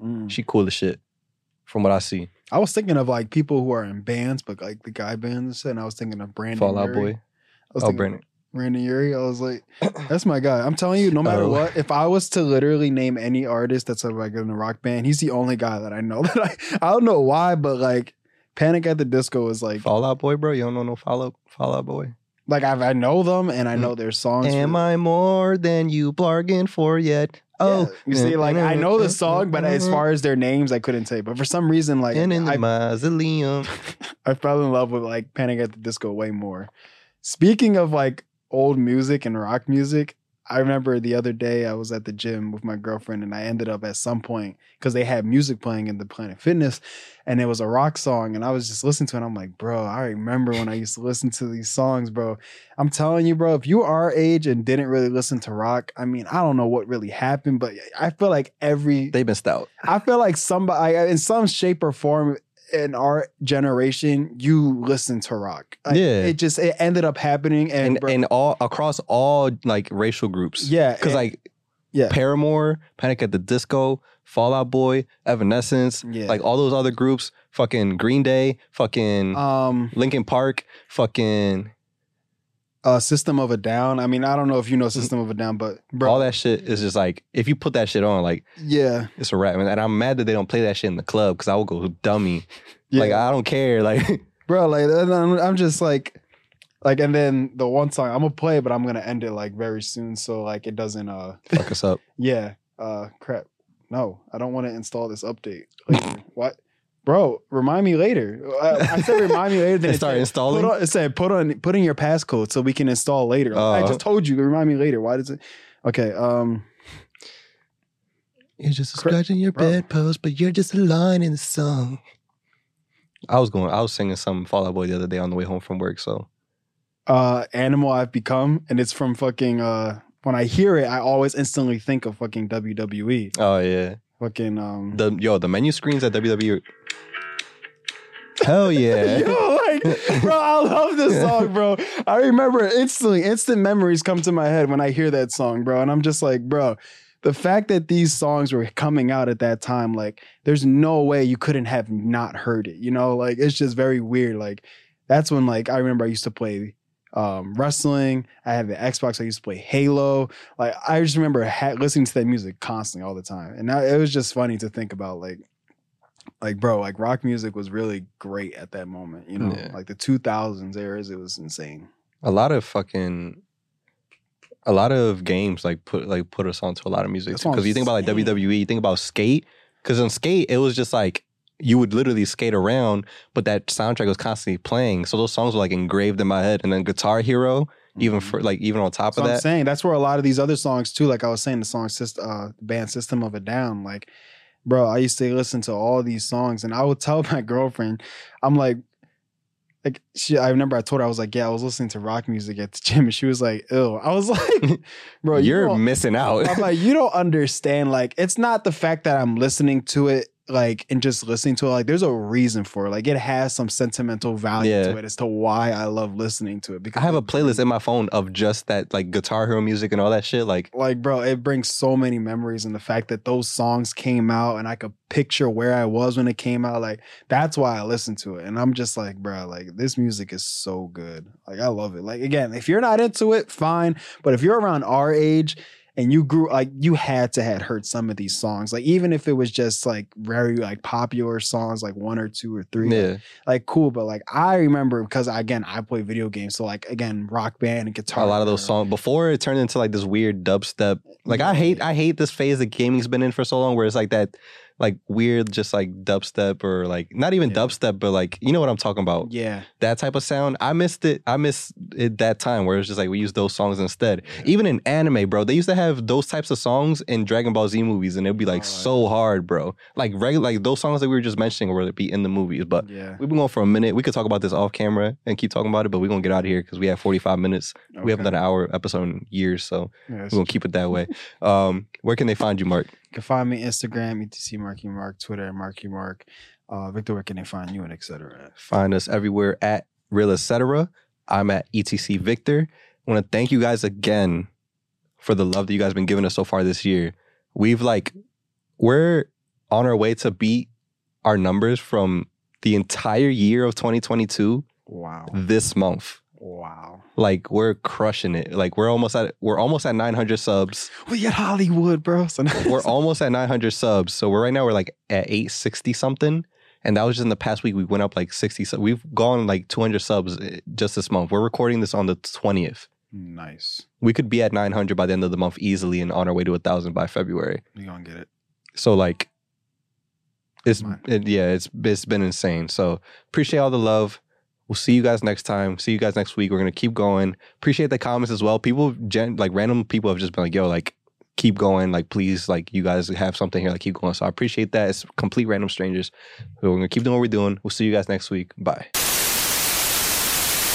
Speaker 2: Mm.
Speaker 1: She cool as shit. From what I see,
Speaker 2: I was thinking of like people who are in bands, but like the guy bands, and I was thinking of Brandon.
Speaker 1: Fall Out
Speaker 2: Murray.
Speaker 1: Boy.
Speaker 2: I was
Speaker 1: Oh,
Speaker 2: thinking-
Speaker 1: Brandon.
Speaker 2: Randy Yuri. I
Speaker 1: <coughs>
Speaker 2: was like, that's my guy. I'm telling you, no matter
Speaker 1: Oh.
Speaker 2: what, if I was to literally name any artist that's uh, like in a rock band, he's the only guy that I know <laughs> that I I don't know why, but like Panic at the Disco is like
Speaker 1: Fallout Boy, bro. You don't know no Fallout Fallout Boy.
Speaker 2: like I've, I know them and I know their songs.
Speaker 1: Mm. Am I more than you bargained for yet?
Speaker 2: Oh,
Speaker 1: Oh,
Speaker 2: you see, like I
Speaker 1: <laughs>
Speaker 2: know the song, but as far as their names, I couldn't tell you. But for some reason, like
Speaker 1: and in the
Speaker 2: I, <laughs>
Speaker 1: mausoleum.
Speaker 2: I fell in love with like Panic at the Disco way more. Speaking of like old music and rock music, I remember the other day I was at the gym with my girlfriend and I ended up at some point because they had music playing in the Planet Fitness and it was a rock song and I was just listening to it. And I'm like, bro, I remember when I used to listen to these songs, bro. I'm telling you, bro, if you are our age and didn't really listen to rock, I mean, I don't know what really happened, but I feel like every
Speaker 1: They missed out.
Speaker 2: I feel like somebody in some shape or form in our generation, you listen to rock. Like,
Speaker 1: Yeah.
Speaker 2: it just it ended up happening, and,
Speaker 1: And
Speaker 2: bro-
Speaker 1: and all across all like racial groups.
Speaker 2: yeah,
Speaker 1: Cause
Speaker 2: and-
Speaker 1: like
Speaker 2: yeah.
Speaker 1: Paramore, Panic at the Disco, Fallout Boy, Evanescence,
Speaker 2: yeah,
Speaker 1: like all those other groups, fucking Green Day, fucking
Speaker 2: um,
Speaker 1: Linkin Park, fucking
Speaker 2: uh, System of a Down. I mean, I don't know if you know System of a Down, but bro,
Speaker 1: Mm-hmm. all that shit is just like if you put that shit on, like
Speaker 2: yeah,
Speaker 1: it's a rap. man. And I'm mad that they don't play that shit in the club because I will go dummy.
Speaker 2: yeah,
Speaker 1: Like I don't care. Like <laughs>
Speaker 2: bro, like and I'm, I'm just like. Like and then the one song I'm gonna play, but I'm gonna end it like very soon, so like it doesn't uh
Speaker 1: fuck us up.
Speaker 2: Yeah. Uh crap. No, I don't want to install this update. Later. what? Bro, remind me later. I, I said remind me later.
Speaker 1: They
Speaker 2: Then it
Speaker 1: start
Speaker 2: said,
Speaker 1: installing.
Speaker 2: Put on, it said put on put in your passcode so we can install later. I
Speaker 1: Oh.
Speaker 2: just told you. Remind me later. Why does it? Okay. Um.
Speaker 1: You're just a
Speaker 2: Cra-
Speaker 1: scratch in your
Speaker 2: bro.
Speaker 1: bedpost, but you're just a line in the song. I was going. I was singing some Fallout Boy the other day on the way home from work. So
Speaker 2: Uh. Animal I've become, and it's from fucking. Uh. When I hear it, I always instantly think of fucking WWE.
Speaker 1: oh yeah,
Speaker 2: Fucking. Um.
Speaker 1: the yo the menu screens at WWE. <laughs> Hell yeah.
Speaker 2: <laughs> Yo, like, bro, I love this song, bro. I remember it instantly. Instant memories come to my head when I hear that song, bro. And I'm just like, bro, the fact that these songs were coming out at that time, like, there's no way you couldn't have not heard it. You know, like, it's just very weird. Like, that's when, like, I remember I used to play um wrestling i had the xbox i used to play halo like i just remember ha- listening to that music constantly all the time and now it was just funny to think about like like bro like rock music was really great at that moment you know
Speaker 1: Yeah.
Speaker 2: like the 2000s eras it was insane
Speaker 1: a lot of fucking. A lot of games like put like put us onto a lot of music
Speaker 2: That's what I'm
Speaker 1: because you think about like
Speaker 2: saying.
Speaker 1: WWE, you think about skate because in skate it was just like you would literally skate around, but that soundtrack was constantly playing, so those songs were like engraved in my head. And then Guitar Hero, even
Speaker 2: Mhm.
Speaker 1: for like even on top
Speaker 2: so
Speaker 1: of
Speaker 2: i'm
Speaker 1: that,
Speaker 2: saying that's where a lot of these other songs too like i was saying the song system uh band system of a down like bro i used to listen to all these songs and i would tell <laughs> my girlfriend i'm like like she i remember i told her i was like yeah i was listening to rock music at the <laughs> gym and she was like ew i was <laughs>
Speaker 1: <laughs>
Speaker 2: like bro you
Speaker 1: you're
Speaker 2: don't-
Speaker 1: missing out.
Speaker 2: <laughs> I'm like, you don't understand. Like, it's not the fact that I'm listening to it, like, and just listening to it. Like, there's a reason for it. Like, it has some sentimental value
Speaker 1: Yeah.
Speaker 2: to it as to why I love listening to
Speaker 1: <laughs>
Speaker 2: it.
Speaker 1: I
Speaker 2: Because
Speaker 1: have a playlist in my phone of just that like Guitar Hero music and all that shit. Like
Speaker 2: like, bro, it brings so many memories, and the fact that those songs came out, and I could picture where I was when it came out. Like, that's why I listen to it. And I'm just like, bro, like this music is so good. Like, I love it. Like, again, if you're not into it, fine. But if you're around our age and you grew like you had to had heard some of these songs. Like, even if it was just like very like popular songs, like one or two or three.
Speaker 1: yeah,
Speaker 2: Like cool, but like I remember because again I play video games, so like again rock band and guitar.
Speaker 1: a lot of those
Speaker 2: Hero.
Speaker 1: songs before it turned into like this weird dubstep. Like I hate I hate this phase that gaming's been in for so long where it's like that like weird just like dubstep or like not even
Speaker 2: Yeah.
Speaker 1: dubstep but like you know what I'm talking about
Speaker 2: Yeah.
Speaker 1: that type of sound. I missed it. I missed it that time where it's just like we use those songs instead. Even in anime, bro, they used to have those types of songs in Dragon Ball Z movies and it'd be like
Speaker 2: Oh,
Speaker 1: so hard, bro. Like regular like those songs that we were just mentioning were to be in the movies, but
Speaker 2: Yeah.
Speaker 1: We've been going for a minute. We could talk about this off camera and keep talking about it, but we're gonna get out of here because we have 45 minutes. We haven't
Speaker 2: Okay.
Speaker 1: done an hour episode in years, so
Speaker 2: Yeah,
Speaker 1: we're gonna keep it that way. Um, where can they find you, Mark?
Speaker 2: You can find me Instagram, etc. Marky Mark, Twitter, Marky Mark. Uh, Victor, where can they find you and etc.
Speaker 1: Find us everywhere at Real Etc. I'm at ETC Victor. I want to thank you guys again for the love that you guys been giving us so far this year. We've like we're on our way to beat our numbers from the entire year of 2022
Speaker 2: Wow.
Speaker 1: Mm. this month.
Speaker 2: Wow.
Speaker 1: Like we're crushing it. Like we're almost at we're almost at 900 subs.
Speaker 2: We at Hollywood, bro. <laughs> So now
Speaker 1: We're almost at 900 subs. So we're right now we're like at 860 something, and that was just in the past week. We went up like 60. So we've gone like 200 subs eh, just this month. We're recording this on the 20th.
Speaker 2: nice.
Speaker 1: We could be at 900 by the end of the month easily, and on our way to a thousand by February.
Speaker 2: We gonna get it.
Speaker 1: So like, it's
Speaker 2: Come
Speaker 1: it, yeah, it's it's been insane. So appreciate all the love. We'll see you guys next time. See you guys next week. We're gonna keep going. Appreciate the comments as well. People, gen, like random people, have just been like, "Yo, like, keep going. Like, please, like, you guys have something here. Like, keep going." So I appreciate that. It's complete random strangers. So we're gonna keep doing what we're doing. We'll see you guys next week. Bye.